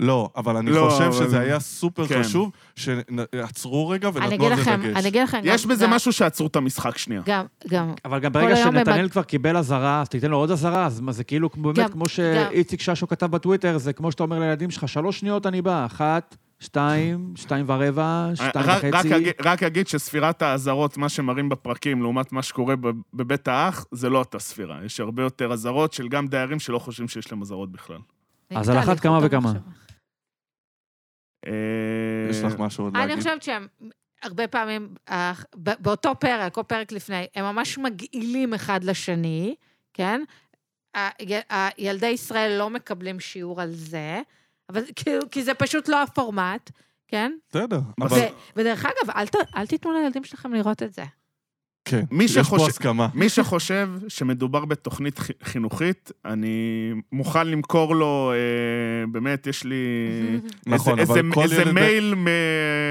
S2: לא, אבל אני
S1: לא,
S2: חושב
S1: אבל-
S2: שזה היה סופר
S1: כן.
S2: חשוב, שעצרו רגע
S3: אני
S2: ונתנו
S3: אגיד
S2: על זה
S3: לכם, אני
S2: דגש.
S3: אגיד לכם...
S1: יש
S3: גם-
S1: בזה
S3: גם-
S1: משהו שעצרו את המשחק שנייה.
S3: גם, גם,
S4: אבל גם
S3: כל
S4: ברגע
S3: היום
S4: שנתנאל
S3: בבת-
S4: כבר קיבל אזהרה, אז תיתן לו עוד אזהרה, אז מה, זה כאילו, כמו-
S3: גם-
S4: באמת, כמו שאיציק ששו כתב בטוויטר, זה כמו שאתה אומר לילדים שלך, שלוש שניות אני בא, אחת, שתיים, שתיים ורבע, שתיים
S1: אה, רק- רק
S4: וחצי.
S1: אגיד- רק אגיד שספירת האזהרות, מה שמראים בפרקים, לעומת מה שקורה ב- בבית האח, זה לא אותה ספירה. יש הרבה יותר אזהרות של גם דיירים שלא חושבים שיש להם אזהרות בכלל.
S4: אז על אחת כמה וכמה.
S1: אה,
S2: יש לך משהו עוד
S3: אני
S2: להגיד?
S3: חושבת שהם, הרבה פעמים, אה, ב- באותו פרק, או פרק לפני, הם ממש מגעילים אחד לשני, כן? ה- י- ה- ילדי ישראל לא מקבלים שיעור על זה, אבל כאילו, כי זה פשוט לא הפורמט, כן?
S2: בסדר. אבל
S3: ו- ודרך אגב, אל ת- אל תיתנו לילדים שלכם לראות את זה.
S2: כן,
S1: מי
S2: יש פה
S1: שחושב-
S2: הסכמה.
S1: מי שחושב שמדובר בתוכנית חי- חינוכית, אני מוכן למכור לו, אה, באמת, יש לי...
S2: נכון,
S1: איזה-
S2: אבל
S1: איזה-
S2: כל ילד
S1: איזה
S2: ב-
S1: מייל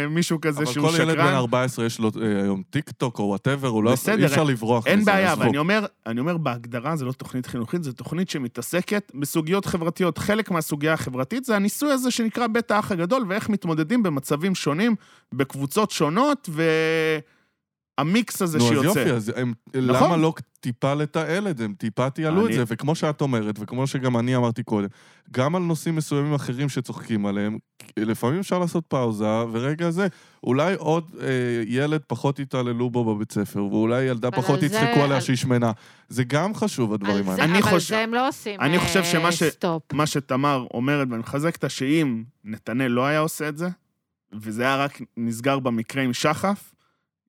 S1: ממישהו כזה
S2: אבל
S1: שהוא
S2: כל ילד בן
S1: שקרן.
S2: 14 יש לו אה, היום טיק טוק או וואטאבר, הוא לא יכול,
S1: בסדר,
S2: אי אפשר לברוח מזה.
S1: אין בעיה,
S2: עזבו.
S1: אבל אני אומר, אני אומר, בהגדרה זה לא תוכנית חינוכית, זו תוכנית שמתעסקת בסוגיות חברתיות. חלק מהסוגיה החברתית זה הניסוי הזה שנקרא בית האח הגדול, ואיך מתמודדים במצבים שונים, בקבוצות שונות, והמיקס הזה
S2: נו, אז
S1: שיוצא.
S2: יופי, אז הם,
S1: נכון.
S2: למה לא טיפה לתעל את זה? הם טיפה תיעלו את
S1: אני-
S2: זה, וכמו שאת אומרת, וכמו שגם אני אמרתי קודם, גם על נושאים מסוימים אחרים שצוחקים עליהם, לפעמים אפשר לעשות פאוזה, ורגע זה, אולי עוד אה, ילד פחות יתעללו בו בבית ספר, ואולי ילדה
S3: אבל
S2: פחות
S3: על זה-
S2: יצחקו עליה
S3: על-
S2: שהיא שמנה. זה גם חשוב,
S3: על
S2: הדברים
S3: זה,
S2: האלה.
S1: אני
S3: אבל
S1: חושב-
S3: זה הם לא עושים
S1: אני חושב
S3: אה,
S1: שמה ש-
S3: סטופ.
S1: מה שתמר אומרת, ואני מחזק אותה, שאם נתנאל לא היה עושה את זה, וזה היה רק נסגר במקרה עם שחף,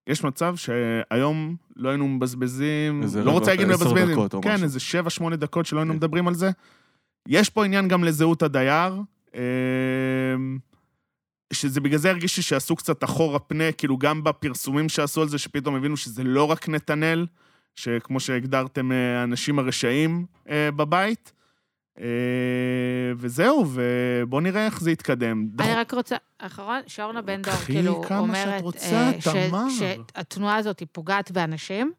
S1: יש מצב שהיום לא היינו מבזבזים,
S2: איזה
S1: לא
S2: רבע-
S1: רוצה להגיד
S2: עשר
S1: מבזבזים,
S2: דקות או
S1: כן,
S2: משהו.
S1: איזה שבע, שמונה דקות שלא היינו
S2: כן.
S1: מדברים על זה. יש פה עניין גם לזהות הדייר, אמ, אה, שזה בגלל זה הרגיש לי שעשו קצת אחורה פנה, כאילו גם בפרסומים שעשו על זה, שפתאום הבינו שזה לא רק נתנאל, שכמו שהגדרתם, אה, האנשים הרשעים אה, בבית. אה, וזהו, ובואו נראה איך זה יתקדם.
S3: אני רק רוצה, אחרון, שאורנה בן דור,
S1: קחי
S3: כאילו,
S1: כמה
S3: אומרת...
S1: שאת רוצה,
S3: אה, ש-
S1: תמר.
S3: שהתנועה הזאת היא פוגעת באנשים,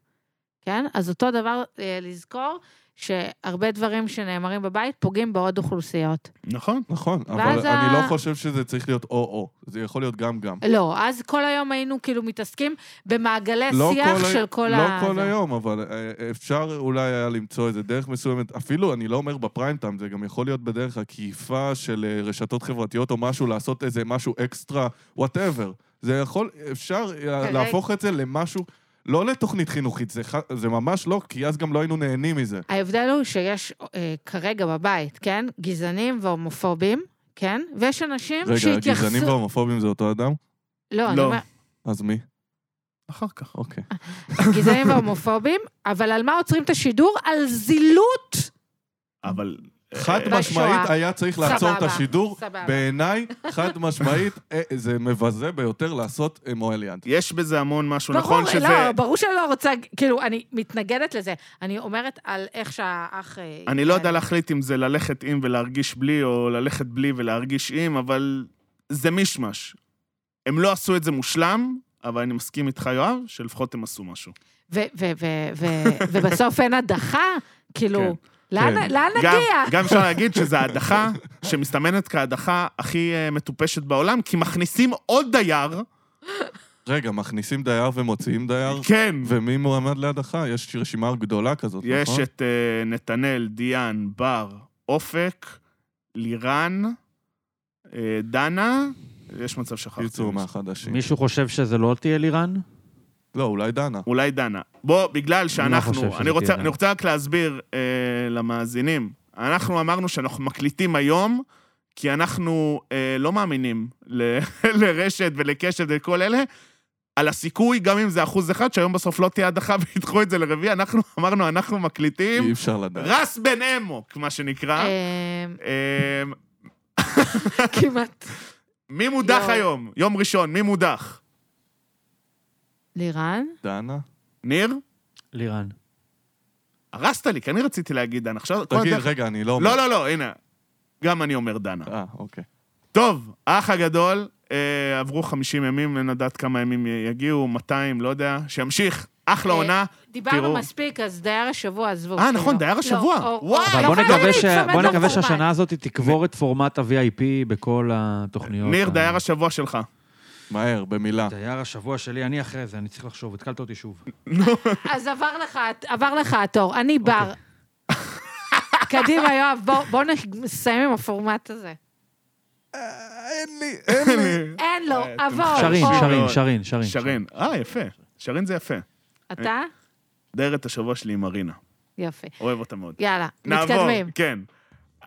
S3: כן? אז אותו דבר אה, לזכור, שהרבה דברים שנאמרים בבית פוגעים בעוד אוכלוסיות.
S1: נכון.
S2: נכון,
S3: ואז
S2: אבל
S3: ה-
S2: אני לא חושב שזה צריך להיות או-או, זה יכול להיות גם-גם.
S3: לא, אז כל היום היינו כאילו מתעסקים במעגלי
S2: לא
S3: שיח
S2: ה-
S3: של כל
S2: לא
S3: ה...
S2: כל
S3: זה.
S2: היום, אבל אה, אפשר אולי היה למצוא איזה דרך מסוימת, אפילו, אני לא אומר בפריים טיים, זה גם יכול להיות בדרך עקיפה של אה, רשתות חברתיות או משהו, לעשות איזה משהו אקסטרה, וואטאבר. זה יכול, אפשר אה,
S3: כרגע-
S2: להפוך את זה למשהו, לא לתוכנית חינוכית, זה ח- זה ממש לא, כי אז גם לא היינו נהנים מזה.
S3: ההבדל הוא שיש אה, כרגע בבית, כן? גזענים והומופובים, כן? ויש אנשים
S2: רגע,
S3: שהתייחסו...
S2: גזענים והומופובים זה אותו אדם?
S3: לא, אני
S1: לא.
S3: אומר,
S2: אז מי?
S1: נכון, אחר כך.
S2: אוקיי.
S3: גזענים והומופובים, אבל על מה עוצרים את השידור? על זילות!
S1: אבל...
S2: חד
S1: אה,
S2: משמעית היה צריך לעצור את
S3: סבבה,
S2: השידור.
S3: סבבה.
S2: בעיניי, חד משמעית, אה, זה מבזה ביותר לעשות אה, מועל יד.
S1: יש בזה המון משהו,
S3: ברור,
S1: נכון
S3: לא,
S1: שזה...
S3: ברור שאני לא רוצה, כאילו, אני מתנגדת לזה. אני אומרת על איך שהאח... אה,
S1: אני לא יודע
S3: התנהל.
S1: להחליט אם זה ללכת עם ולהרגיש בלי, או ללכת בלי ולהרגיש עם, אבל זה מישמש. הם לא עשו את זה מושלם, אבל אני מסכים איתך, יואב, שלפחות הם עשו משהו.
S3: ו- ו- ו- ו- ובסוף אין הדחה, כאילו, לאן
S2: כן.
S3: לאן
S1: גם,
S3: נגיע?
S1: גם אפשר להגיד שזו ההדחה שמסתמנת כהדחה הכי אה, מטופשת בעולם, כי מכניסים עוד דייר,
S2: רגע, מכניסים דייר ומוציאים דייר?
S1: כן,
S2: ומי מועמד להדחה? יש רשימה גדולה כזאת,
S1: יש
S2: נכון?
S1: את אה, נתנאל, דיאן, בר, אופק, לירן, אה, דנה, יש מצב שכחתי.
S2: קיצור
S1: מישהו.
S2: מהחדשים.
S4: מישהו חושב שזה לא תהיה לירן?
S2: לא, אולי דנה.
S1: אולי דנה. בוא, בגלל
S4: חושב
S1: שאנחנו,
S4: שזה
S1: אני
S4: תהיה
S1: רוצה,
S4: דנה.
S1: אני רוצה רק להסביר אה, למאזינים. אנחנו אמרנו שאנחנו מקליטים היום, כי אנחנו אה, לא מאמינים ל, לרשת ולקשת ולכל אלה, על הסיכוי, גם אם זה אחוז אחד, שהיום בסוף לא תהיה הדחה וידחו את זה לרביעי, אנחנו אמרנו, אנחנו
S2: אי
S1: מקליטים
S2: אפשר לדעת.
S1: רס בן אמוק, מה שנקרא.
S3: אה,
S1: אה,
S3: כמעט.
S1: מי מודח
S3: לא.
S1: היום? יום ראשון, מי מודח?
S3: לירן?
S2: דנה?
S1: ניר?
S4: לירן.
S1: הרסת לי, כי אני רציתי להגיד דן. עכשיו... כל
S2: תגיד,
S1: הדרך-
S2: רגע, אני לא אומר.
S1: לא, לא, לא, הנה. גם אני אומר דנה.
S2: אה, אוקיי.
S1: טוב, האח הגדול, אה, עברו 50 ימים, אין לדעת כמה ימים י- יגיעו, 200, לא יודע, שימשיך, אחלה
S3: אה,
S1: עונה.
S3: דיברנו
S1: תראו.
S3: מספיק, אז דייר השבוע, עזבו.
S1: אה, נכון,
S3: לא.
S1: דייר
S3: לא,
S1: השבוע.
S3: או- או-
S1: וואו,
S3: או-
S4: אבל בוא
S3: אבל
S4: נקווה ש-
S3: להיצמד
S4: בוא נקווה
S3: לפורמט.
S4: שהשנה הזאת היא תקבור את פורמט ה-VIP בכל התוכניות.
S1: ניר,
S4: ה-
S1: דייר השבוע שלך.
S2: מהר, במילה.
S4: אה. דייר השבוע שלי, אני אחרי זה, אני צריך לחשוב, התקלת אותי שוב.
S3: אז עבר לך, עבר לך התור, אני
S1: אוקיי.
S3: בר. קדימה, יואב, בוא- בוא נסיים עם הפורמט הזה.
S2: אין לי, אין לי.
S3: אין לו,
S1: אה, אתם
S3: עבור.
S4: שרין,
S3: או.
S1: שרים.
S4: שרין, שרין, שרין.
S1: שרן. אה, יפה. שרן זה יפה.
S3: אתה?
S1: דיירת השבוע שלי עם מרינה.
S3: יפה.
S1: אוהב אותה מאוד.
S3: יאללה,
S1: נעבור,
S3: מתקדמים.
S1: כן.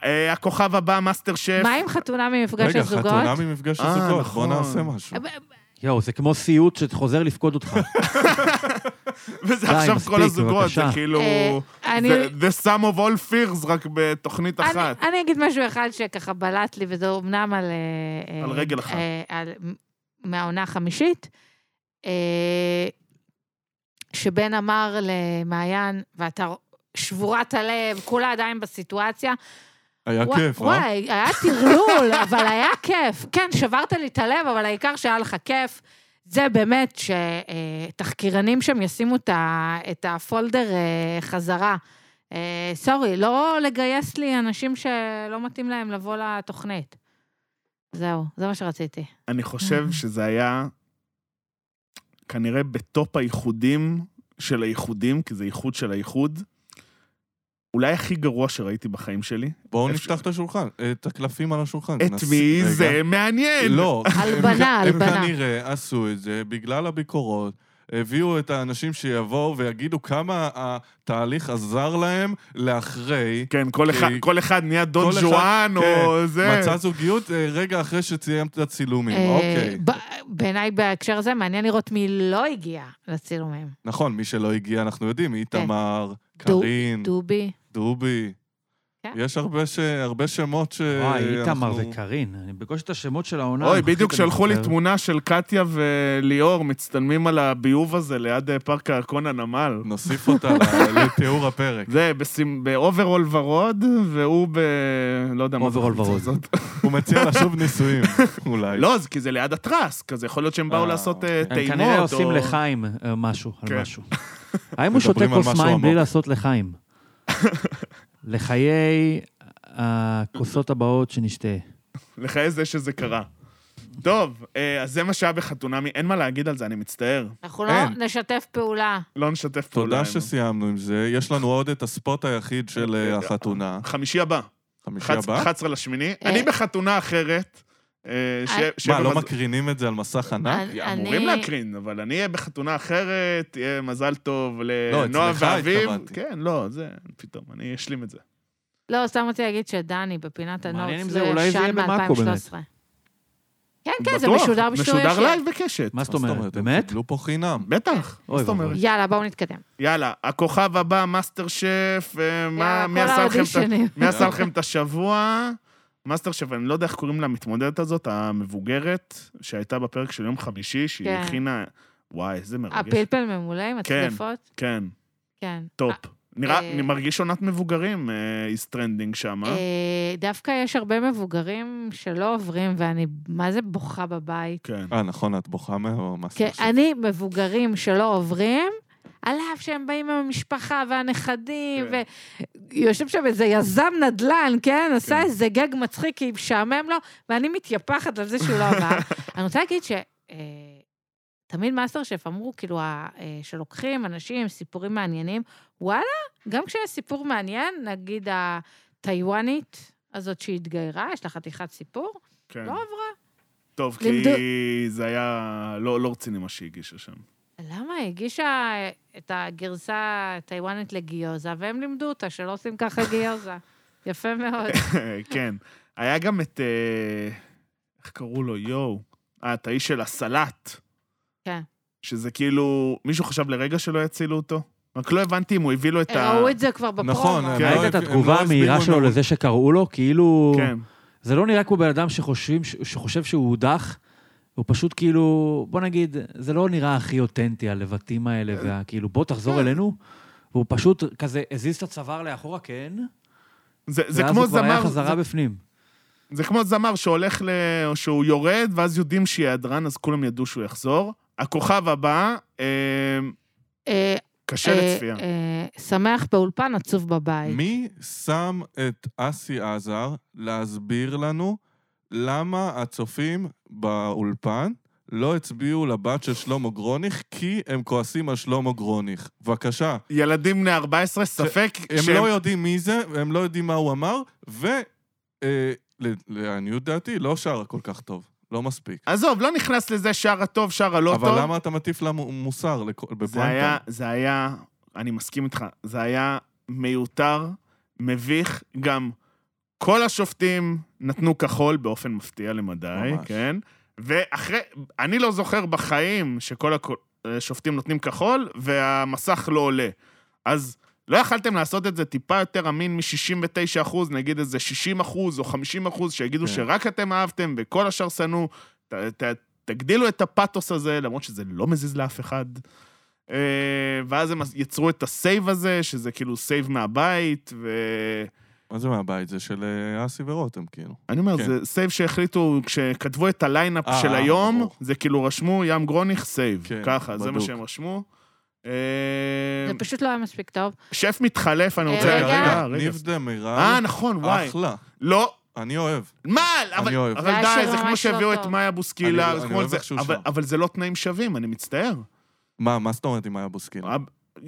S1: אה, הכוכב הבא, מאסטר שף.
S3: מה עם חתונה ממפגש
S2: רגע,
S3: הזוגות? אה,
S2: חתונה ממפגש
S1: אה,
S2: הזוגות, בוא
S1: נכון.
S2: נעשה משהו.
S4: יואו, זה כמו סיוט שחוזר לפקוד אותך.
S1: וזה
S4: די,
S1: עכשיו
S4: מספיק,
S1: כל הזוגות, זה
S4: בבקשה.
S1: כאילו...
S3: אה, אני-
S1: זה- The sum of all fears, רק בתוכנית אחת.
S3: אני, אני אגיד משהו אחד שככה בלט לי, וזה אומנם על... אה,
S1: על
S3: אה,
S1: רגל אחת.
S3: אה, על, מהעונה החמישית, אה, שבן אמר למעיין, ואתה שבורת הלב, כולה עדיין בסיטואציה.
S2: היה
S3: ווא-
S2: כיף, אה?
S3: וואי, היה טרלול, אבל היה כיף. כן, שברת לי את הלב, אבל העיקר שהיה לך כיף. זה באמת שתחקירנים שם ישימו את ה- את הפולדר אה, חזרה. אה, סורי, לא לגייס לי אנשים שלא מתאים להם לבוא לתוכנית. זהו, זה מה שרציתי.
S1: אני חושב שזה היה כנראה בטופ האיחודים של האיחודים, כי זה איחוד של האיחוד. אולי הכי גרוע שראיתי בחיים שלי.
S2: בואו
S1: אפשר-
S2: נפתח את השולחן, את הקלפים על השולחן.
S1: את
S2: נעשה-
S1: מי
S2: רגע.
S1: זה מעניין?
S2: לא. הם
S3: הלבנה,
S2: כ-
S3: הלבנה.
S2: הם כנראה עשו את זה בגלל הביקורות. הביאו את האנשים שיבואו ויגידו כמה התהליך עזר להם לאחרי.
S1: כן, כל אחד,
S2: כי-
S1: כל אחד נהיה דון
S2: כל אחד-
S1: ז'ואן או
S2: כן,
S1: זה.
S2: מצא זוגיות אה, רגע אחרי שסיים את הצילומים,
S3: אה,
S2: אוקיי.
S3: ב- בעיניי בהקשר הזה מעניין לראות מי לא הגיע לצילומים.
S2: נכון, מי שלא הגיע, אנחנו יודעים, איתמר, קארין,
S3: דובי.
S2: דובי.
S3: כן.
S2: יש הרבה ש- הרבה שמות ש...
S4: וואי, איתמר
S2: אנחנו-
S4: וקארין, אני בקושי את השמות של העונה.
S1: אה, אוי,
S4: הנוכחית
S1: בדיוק
S4: אני
S1: שלחו לי
S4: זוכר.
S1: תמונה של קטיה וליאור מצטלמים על הביוב הזה ליד אה, פארק הירקון הנמל.
S2: נוסיף אותה ל- לתיאור הפרק.
S1: זה בסים- באוברול ורוד, והוא ב... לא יודע מה זה
S4: אוברול
S1: החולצה
S4: ורוד.
S1: הזאת.
S2: הוא מציע לה שוב נישואים, אולי.
S1: לא, זה כי זה ליד הטרס, כזה יכול להיות שהם באו
S2: אה,
S1: לעשות אה,
S2: אוקיי.
S1: טעימות.
S4: הם כנראה עושים
S1: או-
S4: לחיים אה, משהו, על
S1: כן.
S4: משהו. האם הוא שותה
S2: מדברים על
S4: כוס
S2: משהו
S4: מים בלי
S2: עמוק.
S4: לעשות לחיים? לחיי אה, הכוסות הבאות שנשתה.
S1: לחיי זה שזה קרה. טוב, אה, אז זה מה שהיה בחתונמי, אין מה להגיד על זה, אני מצטער.
S3: אנחנו לא
S2: אין.
S3: נשתף פעולה.
S1: לא נשתף פעולה.
S2: תודה
S1: עם-
S2: שסיימנו עם זה. יש לנו עוד את הספוט היחיד של אה, החתונה.
S1: חמישי הבא,
S2: חמישי הבא?
S1: 11 לשמיני.
S3: אה.
S1: אני בחתונה אחרת. אה, ש- שיהיה
S2: מה, לא
S1: במזל-
S2: מקרינים את זה על מסך ענק?
S3: אני-
S1: אמורים להקרין, אבל אני אהיה בחתונה אחרת, יהיה מזל טוב
S2: לא,
S1: לנועה
S2: אצלך
S1: ואביב.
S2: התכוונתי.
S1: כן, לא, זה, פתאום, אני אשלים את זה.
S3: לא, סתם רציתי להגיד שדני בפינת הנור
S4: מעניין אם
S3: אצלו
S4: זה- אולי זה
S3: ישן
S4: יהיה במאקו
S3: מ-2013. כן, כן, זה
S1: בטוח,
S3: משודר בשידור
S1: משודר
S3: ישיר.
S1: לייב בקשת.
S4: מה זאת אומרת?
S2: הם
S4: באמת?
S2: קיבלו פה חינם.
S1: בטח, מה
S4: אוי
S1: זאת אומרת?
S4: ואבוי.
S3: יאללה, בואו נתקדם.
S1: יאללה, הכוכב הבא, מאסטר שף, אה, מה,
S3: יאללה,
S1: מי
S3: כל
S1: עשה לכם את ה...
S3: האודישנים.
S1: מי עשה לכם את השבוע? מאסטר שף, אני לא יודע איך קוראים למתמודדת הזאת, המבוגרת, שהייתה בפרק של יום חמישי, שהיא
S3: כן.
S1: הכינה... וואי, איזה מרגש.
S3: הפלפל ממולא עם הצדפות?
S1: כן,
S3: כן.
S1: טופ. נראה,
S3: אה.
S1: אני מרגיש עונת מבוגרים, איז טרנדינג שם, אה?
S3: אה, דווקא יש הרבה מבוגרים שלא עוברים, ואני מה זה בוכה בבית.
S1: כן.
S2: אה, נכון, את בוכה מהמסך.
S3: כן, אני, מבוגרים שלא עוברים, על אף שהם באים עם המשפחה והנכדים,
S1: כן.
S3: ויושב שם איזה יזם נדל"ן, כן? עשה
S1: כן.
S3: איזה גג מצחיק, כי משעמם לו, ואני מתייפחת על זה שהוא לא עבר. אני רוצה להגיד ש... אה, תמיד מאסטר שף אמרו, כאילו, ה- אה, שלוקחים אנשים, סיפורים מעניינים. וואלה, גם כשיש סיפור מעניין, נגיד הטיוואנית הזאת שהתגיירה, יש לה חתיכת סיפור,
S1: כן.
S3: לא עברה.
S1: טוב,
S3: לימדו-
S1: כי זה היה לא לא רציני מה שהגישה שם.
S3: למה? היא הגישה את הגרסה הטיוואנית לגיוזה, והם לימדו אותה שלא עושים ככה גיוזה. יפה מאוד.
S1: כן. היה גם את... אה, איך קראו לו? יואו. אה, את האיש של הסלט.
S3: כן.
S1: שזה כאילו... מישהו חשב לרגע שלא יצילו אותו? רק לא הבנתי אם הוא הביא לו את ה...
S3: אה, ראו את זה כבר בפרומו. אה,
S2: נכון, הם
S1: כן.
S2: לא-
S4: ראית את
S2: הם לא
S4: התגובה
S2: הסבירו
S4: המהירה
S2: לנו.
S4: שלו לזה שקראו לו? כאילו...
S1: כן.
S4: זה לא נראה כמו בן אדם שחושבים, שחושב שהוא הודח, הוא פשוט כאילו, בוא נגיד, זה לא נראה הכי אותנטי, הלבטים האלה, והכאילו, בוא
S2: כן.
S4: תחזור אלינו, והוא פשוט כזה הזיז את הצוואר לאחורה, כן,
S1: זה, זה
S4: ואז
S1: כמו
S4: הוא כבר היה
S1: זמר...
S4: חזרה
S1: זה,
S4: בפנים.
S1: זה כמו זמר שהולך ל... או שהוא יורד, ואז יודעים שיהיה הדרן, אז כולם ידעו שהוא יחזור. הכוכב הבא, אה,
S3: אה,
S1: קשה
S3: אה,
S1: לצפייה.
S3: אה, שמח באולפן, עצוב בבית.
S2: מי שם את אסי עזר להסביר לנו למה הצופים באולפן לא הצביעו לבת של שלמה גרוניך, כי הם כועסים על שלמה גרוניך? בבקשה.
S1: ילדים בני 14, ספק
S2: הם
S1: שהם...
S2: לא יודעים מי זה, הם לא יודעים מה הוא אמר, ו... אה, ל- לעניות דעתי, לא שרה כל כך טוב. לא מספיק.
S1: עזוב, לא נכנס לזה שר הטוב, שר הלא לא טוב.
S2: אבל למה אתה מטיף לה מ- מוסר לכל-
S1: זה היה,
S2: בפריים
S1: זה היה, אני מסכים איתך, זה היה מיותר, מביך, גם כל השופטים נתנו כחול באופן מפתיע למדי,
S2: ממש.
S1: כן? ואחרי, אני לא זוכר בחיים שכל השופטים נותנים כחול והמסך לא עולה. אז לא יכלתם לעשות את זה טיפה יותר אמין מ-69 אחוז, נגיד איזה 60 אחוז או 50 אחוז, שיגידו
S2: כן.
S1: שרק אתם אהבתם וכל השאר שנאו. ת- ת- תגדילו את הפאתוס הזה, למרות שזה לא מזיז לאף אחד. אה, ואז הם יצרו את הסייב הזה, שזה כאילו סייב מהבית, ו...
S2: טוב? מה זה מהבית? זה של אה, אסי ורותם, כאילו.
S1: אני אומר,
S2: כן.
S1: זה סייב שהחליטו, כשכתבו את הליינאפ
S2: אה,
S1: של
S2: אה,
S1: היום,
S2: ברור.
S1: זה כאילו רשמו ים גרוניך סייב.
S2: כן,
S1: ככה, זה מה
S2: בדוק.
S1: שהם רשמו. אה,
S3: זה פשוט לא היה מספיק טוב.
S1: שף מתחלף, אני רוצה...
S3: אה, רגע, רגע,
S2: ניב דמירן,
S1: אה, נכון, וואי.
S2: אחלה.
S1: לא,
S2: אני אוהב.
S1: מה? אבל,
S2: אוהב.
S1: אבל
S3: זה היה
S1: די,
S3: שיר
S1: זה כמו
S3: ממש לא
S1: שהביאו את
S3: טוב.
S1: מאיה
S2: אני-
S1: בוסקילה, זה
S2: אני
S1: כמו
S2: אוהב
S1: זה,
S2: איך שהוא
S1: אבל-
S2: שר.
S1: אבל זה לא תנאים שווים, אני מצטער.
S2: מה, מה זאת אומרת עם מאיה
S1: אה,
S2: בוסקילה?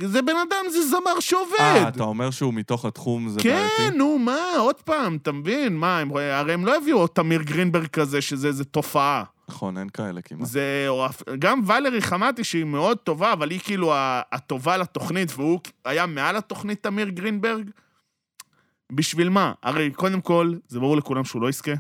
S1: זה בן אדם, זה זמר
S2: אה,
S1: שעובד.
S2: אתה אומר שהוא מתוך התחום, זה
S1: כן,
S2: בעייתי?
S1: נו, מה, עוד פעם, אתה מבין? מה, הם- הרי הם לא הביאו עוד תמיר גרינברג כזה, שזה איזה תופעה.
S2: נכון, אין כאלה כמעט.
S1: זה, או אף- גם ולרי חמתי, שהיא מאוד טובה, אבל היא כאילו ה- הטובה לתוכנית, והוא היה מעל התוכנית, תמיר גרינברג. בשביל מה? הרי קודם כל, זה ברור לכולם שהוא לא יזכה.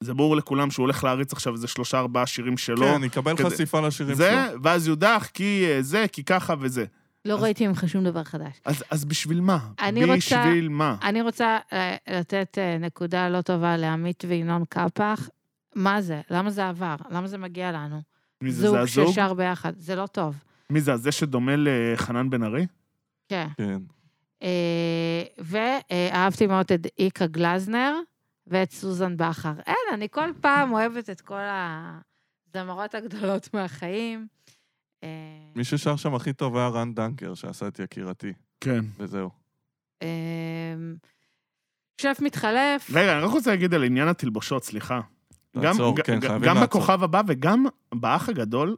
S1: זה ברור לכולם שהוא הולך להריץ עכשיו איזה שלושה, ארבעה שירים שלו.
S2: כן, יקבל
S1: כזה-
S2: חשיפה לשירים שלו.
S1: לא- זה, ואז יודח, כי אה, זה, כי ככה וזה.
S3: לא ראיתי ממך שום דבר חדש.
S1: אז, אז בשביל מה?
S3: אני רוצה-
S1: בשביל מה?
S3: אני רוצה אה, לתת אה, נקודה לא טובה לעמית וינון קפח. מה זה? למה זה עבר? למה זה מגיע לנו?
S1: מי זה,
S3: זוג
S1: זה הזוג?
S3: ששר ביחד, זה לא טוב.
S1: מי זה, זה שדומה לחנן בן ארי?
S3: כן.
S2: כן.
S3: אה, ואהבתי מאוד את איקה גלזנר ואת סוזן בכר. אין, אני כל פעם אוהבת את כל הזמרות הגדולות מהחיים. אה,
S2: מי ששר שם הכי טוב היה רן דנקר, שעשה את יקירתי,
S1: כן.
S2: וזהו.
S3: אה, שף מתחלף.
S1: רגע, אני רק רוצה להגיד על עניין התלבושות, סליחה. גם,
S2: תעצור,
S1: ג-
S2: כן,
S1: ג-
S2: חייבים
S1: גם
S2: לעצור.
S1: בכוכב הבא וגם באח הגדול,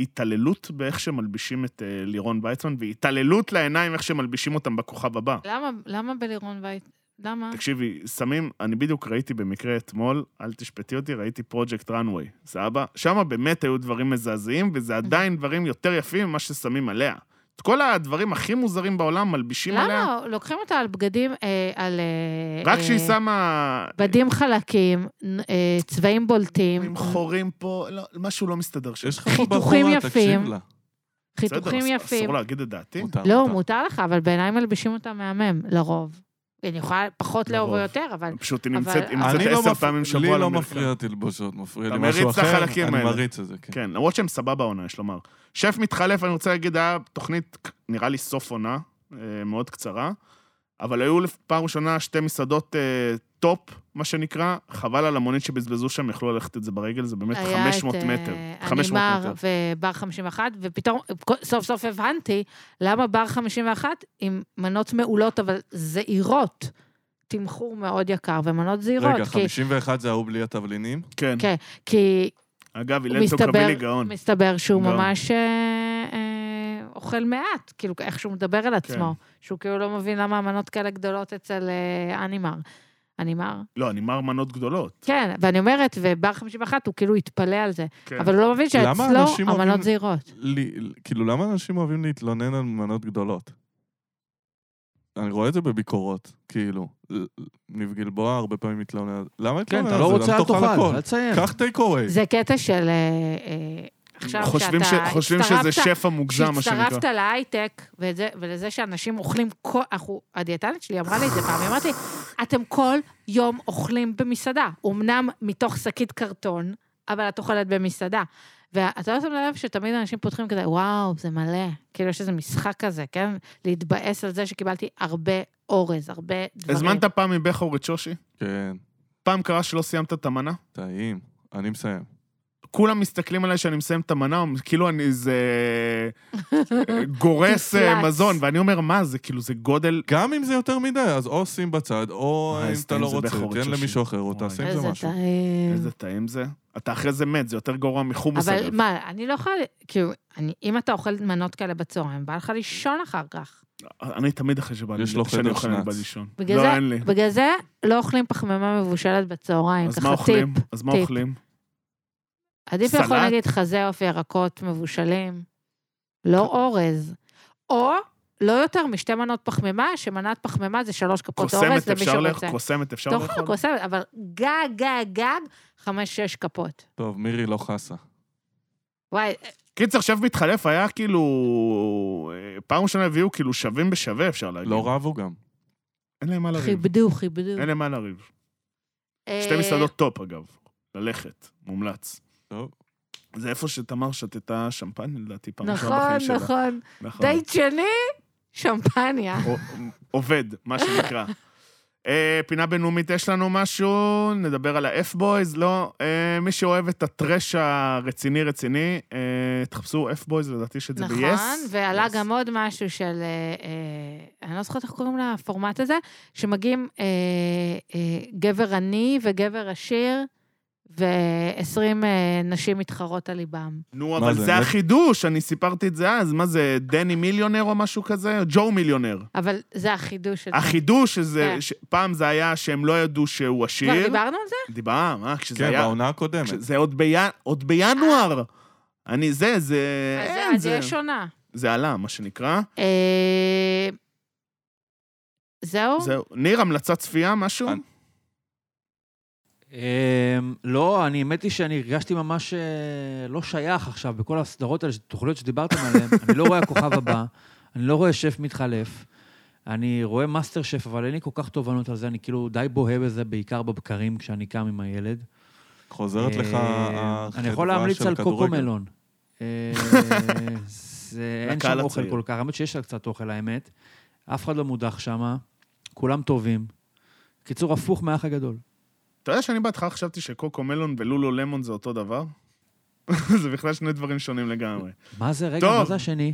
S1: התעללות באיך שמלבישים את אה, לירון ויצמן, והתעללות לעיניים איך שמלבישים אותם בכוכב הבא.
S3: למה, למה בלירון וייט? למה?
S1: תקשיבי, שמים, אני בדיוק ראיתי במקרה אתמול, אל תשפטי אותי, ראיתי פרויקט runway, סבבה? שם באמת היו דברים מזעזעים, וזה עדיין דברים יותר יפים ממה ששמים עליה. את כל הדברים הכי מוזרים בעולם מלבישים עליה,
S3: למה? לוקחים אותה על בגדים, אה, על... אה,
S1: רק
S3: אה,
S1: כשהיא שמה...
S3: בדים חלקים, נ- אה, צבעים בולטים,
S1: עם חורים פה, לא, משהו לא מסתדר שם.
S2: יש לך פה
S3: חיתוכים
S2: בחורה,
S3: יפים.
S2: תקשיב לה.
S1: בסדר,
S3: חיתוכים
S1: אס-
S3: יפים.
S1: אסור להגיד את דעתי.
S2: מותר,
S3: לא,
S2: מותר.
S3: מותר לך, אבל בעיניי מלבישים אותה מהמם, לרוב. אני יכולה פחות לאהוב או
S1: לרוב.
S3: יותר, אבל...
S1: פשוט היא
S3: אבל-
S1: נמצאת היא
S2: אני
S1: נמצאת
S2: לא
S1: עשר
S2: מפ-
S1: פעמים שבוע.
S2: לי
S1: על
S2: לא
S1: המרכז.
S2: מפריע תלבושות, מפריע
S1: אתה
S2: לי
S1: מריץ
S2: משהו
S1: את
S2: אחר.
S1: החלקים
S2: אני
S1: האלה.
S2: מריץ את זה, כן.
S1: כן, למרות שהם סבבה עונה, יש לומר. שף מתחלף, אני רוצה להגיד, היה תוכנית, נראה לי סוף עונה, אה, מאוד קצרה, אבל היו לפ- פעם ראשונה שתי מסעדות אה, טופ, מה שנקרא, חבל על המונית שבזבזו שם, יכלו ללכת את זה ברגל, זה באמת
S3: היה
S1: 500
S3: את,
S1: מטר.
S3: אה,
S1: 500 מטר.
S3: הנימר ובר 51, ופתאום, סוף סוף הבנתי למה בר 51 עם מנות מעולות, אבל זעירות, תמחור מאוד יקר, ומנות זעירות.
S2: רגע,
S3: כי-
S2: 51 זה ההוא בלי התבלינים?
S1: כן.
S3: כן, כי
S1: אגב,
S3: הוא
S1: הלל
S3: מסתבר,
S1: טוקרבילי גאון.
S3: מסתבר שהוא
S1: גאון.
S3: ממש אה, אה, אוכל מעט, כאילו איך שהוא מדבר על עצמו, שהוא כאילו לא מבין למה המנות כאלה גדולות אצל אה, אנימר. אנימר?
S1: לא, הנימר מנות גדולות.
S3: כן, ואני אומרת, ובר 51 הוא כאילו התפלא על זה,
S1: כן.
S3: אבל הוא לא מבין
S2: למה
S3: שאצלו
S2: אנשים אוהבים-
S3: המנות זהירות.
S2: לי- כאילו, למה אנשים אוהבים להתלונן על מנות גדולות? אני רואה את זה בביקורות, כאילו. ל- ניב גלבוע הרבה פעמים מתלונן. למה
S4: כן,
S2: להתלונן
S4: אתה
S2: על
S4: לא
S2: זה?
S4: רוצה,
S2: למה
S4: אל
S2: תאכל
S4: תאכל,
S2: הכל?
S4: אל תסיים.
S2: קח טייק אווי.
S3: זה קטע של... אה, אה, עכשיו
S1: חושבים ש-
S3: שאתה
S1: חושבים
S3: הצטרפת-
S1: שזה שפע מוגזם, מה שנקרא.
S3: כשהצטרפת להייטק, ואת זה- ולזה שאנשים אוכלים כל... אנחנו, הדיאטנית שלי אמרה לי את זה פעם, היא אמרת לי, אתם כל יום אוכלים במסעדה. אמנם מתוך שקית קרטון, אבל את אוכלת במסעדה. ואתה לא שם לב שתמיד אנשים פותחים כזה, וואו, זה מלא. כאילו, יש איזה משחק כזה, כן? להתבאס על זה שקיבלתי הרבה אורז, הרבה דברים.
S1: הזמנת פעם מבכור את שושי?
S2: כן,
S1: פעם קרה שלא סיימת את המנה?
S2: טעים. אני מסיים.
S1: כולם מסתכלים עליי שאני מסיים את המנה, כאילו אני איזה גורס אה,
S3: מפלץ.
S1: מזון, ואני אומר, מה זה, כאילו זה גודל...
S2: גם אם זה יותר מדי, אז או שים בצד, או
S1: אה,
S2: אם
S1: אז
S2: אתה
S1: טעים
S2: לא
S1: זה אה,
S2: רוצה,
S1: בחורת
S2: תן
S1: שושי.
S2: למישהו אחר, או
S1: וואי.
S2: תעשה עם
S3: איזה
S2: זה משהו.
S3: טעים.
S1: איזה טעים זה. אתה אחרי זה מת, זה יותר גרוע מחומוס
S3: כן. אבל
S1: אגב.
S3: מה, אני לא יכולה, כאילו, אני- אם אתה אוכל מנות כאלה בצהריים, בא לך לישון אחר כך.
S1: אני תמיד אחרי שבא לי,
S2: יש לו
S1: כשאני
S2: חדר
S1: אוכל אני
S2: שנץ.
S1: בא לישון.
S3: בגלל
S1: לא,
S3: זה-
S1: אין לי.
S3: בגלל זה לא אוכלים פחמימה מבושלת בצהריים,
S1: אז מה
S3: ככה טיפ.
S1: אוכלים? אז מה
S3: טיפ.
S1: אוכלים?
S3: עדיף לאכול
S1: סלט?
S3: נגיד חזה עוף ירקות מבושלים, לא אורז. או לא יותר משתי מנות פחמימה, שמנת פחמימה זה שלוש כפות אורז
S1: קוסמת
S3: למי
S1: אפשר
S3: שרוצה.
S1: לאכול? קוסמת אפשר
S3: תאכל
S1: לאכול?
S3: קוסמת, אבל גג, גג, גג, חמש-שש כפות.
S2: טוב, מירי לא חסה.
S3: וואי,
S1: קיצר, שף מתחלף היה כאילו... אה, פעם ראשונה הביאו כאילו שווים בשווה, אפשר להגיד.
S2: לא רבו גם.
S1: אין להם מה לריב.
S3: כיבדו, כיבדו.
S1: אין להם מה לריב.
S3: אה,
S1: לא שתי מסעדות טופ, אגב. ללכת, מומלץ.
S2: טוב.
S1: זה איפה שתמר שתתה שמפניה, לדעתי, פעם ראשונה
S3: נכון,
S1: בחיים שלה.
S3: נכון.
S1: נכון.
S3: דייט שני, שמפניה.
S1: ע- עובד, מה שנקרא. אה, פינה בינלאומית, יש לנו משהו? נדבר על ה-F-Boys? לא. אה, מי שאוהב את הטרש הרציני-רציני, אה, תחפשו F-Boys, לדעתי שאת זה ב-yes.
S3: נכון, ועלה
S1: Yes.
S3: גם עוד משהו של, אה, אה, אני לא זוכרת איך קוראים לפורמט הזה, שמגיעים אה, אה, גבר עני וגבר עשיר, ו-20 נשים מתחרות על ליבם.
S1: נו,
S2: מה
S1: אבל
S2: זה,
S1: זה
S2: באמת?
S1: החידוש, אני סיפרתי את זה אז. מה זה, דני מיליונר או משהו כזה? ג'ו מיליונר.
S3: אבל זה החידוש של זה.
S1: החידוש שזה,
S3: כן.
S1: ש- פעם זה היה שהם לא ידעו שהוא
S3: כבר
S1: עשיר.
S3: דיברנו על זה?
S1: דיברנו, מה? כשזה
S2: כן,
S1: היה...
S2: בעונה הקודמת.
S1: זה עוד, בינ... עוד בינואר. אני זה, זה...
S3: אז זה-
S1: אין,
S3: אז זה
S1: זה...
S3: יהיה שונה.
S1: זה עלה, מה שנקרא.
S3: אה, זהו?
S1: זהו. ניר, המלצת צפייה, משהו?
S2: אני-
S4: אמ, לא, אני, האמת היא שאני הרגשתי ממש אה, לא שייך עכשיו בכל הסדרות האלה, תוכניות שדיברתם עליהן. אני לא רואה הכוכב הבא, אני לא רואה שף מתחלף. אני רואה מאסטר שף, אבל אין לי כל כך תובנות על זה, אני כאילו די בוהה בזה, בעיקר בבקרים כשאני קם עם הילד.
S2: חוזרת לך
S4: אה,
S2: החדווה
S4: אני יכול להמליץ
S2: של
S4: על קוקו
S2: כדורגל.
S4: מלון. אה, זה- אין
S1: לקהל
S4: שם אוכל
S1: הצעיר.
S4: כל כך, האמת שיש לה קצת אוכל, האמת. אף אחד לא מודח שם, כולם טובים. קיצור, הפוך מהאח הגדול.
S1: אתה יודע שאני בהתחלה חשבתי שקוקו מלון ולולו למון זה אותו דבר? זה בכלל שני דברים שונים לגמרי.
S4: מה זה? רגע,
S1: טוב.
S4: מה זה השני?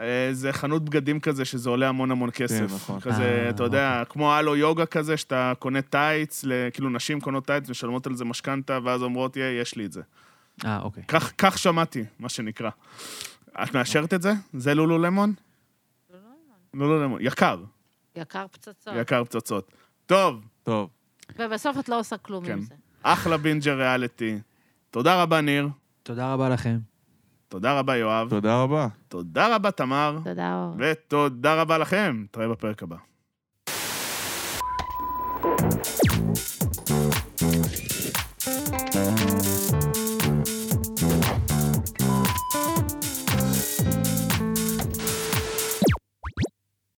S1: אה, זה חנות בגדים כזה, שזה עולה המון המון כסף.
S2: כן, נכון.
S1: כזה,
S4: אה,
S1: אתה יודע, כמו הלו יוגה כזה, שאתה קונה טייץ, ל- כאילו נשים קונות טייץ, משלמות על זה משכנתה, ואז אומרות, "יה, יש לי את זה.
S4: אה, אוקיי.
S1: כך, כך שמעתי, מה שנקרא. את מאשרת את זה? זה לולו למון? לולו למון. יקר,
S3: יקר פצצות.
S1: יקר פצצות. טוב,
S2: טוב,
S3: ובסוף את לא עושה כלום
S1: כן.
S3: עם זה.
S1: אחלה בינג'ר ריאליטי. תודה רבה, ניר.
S4: תודה רבה לכם.
S1: תודה רבה, יואב.
S2: תודה רבה.
S1: תודה רבה, תמר.
S3: תודה, אור.
S1: ותודה רבה לכם. נתראה בפרק הבא.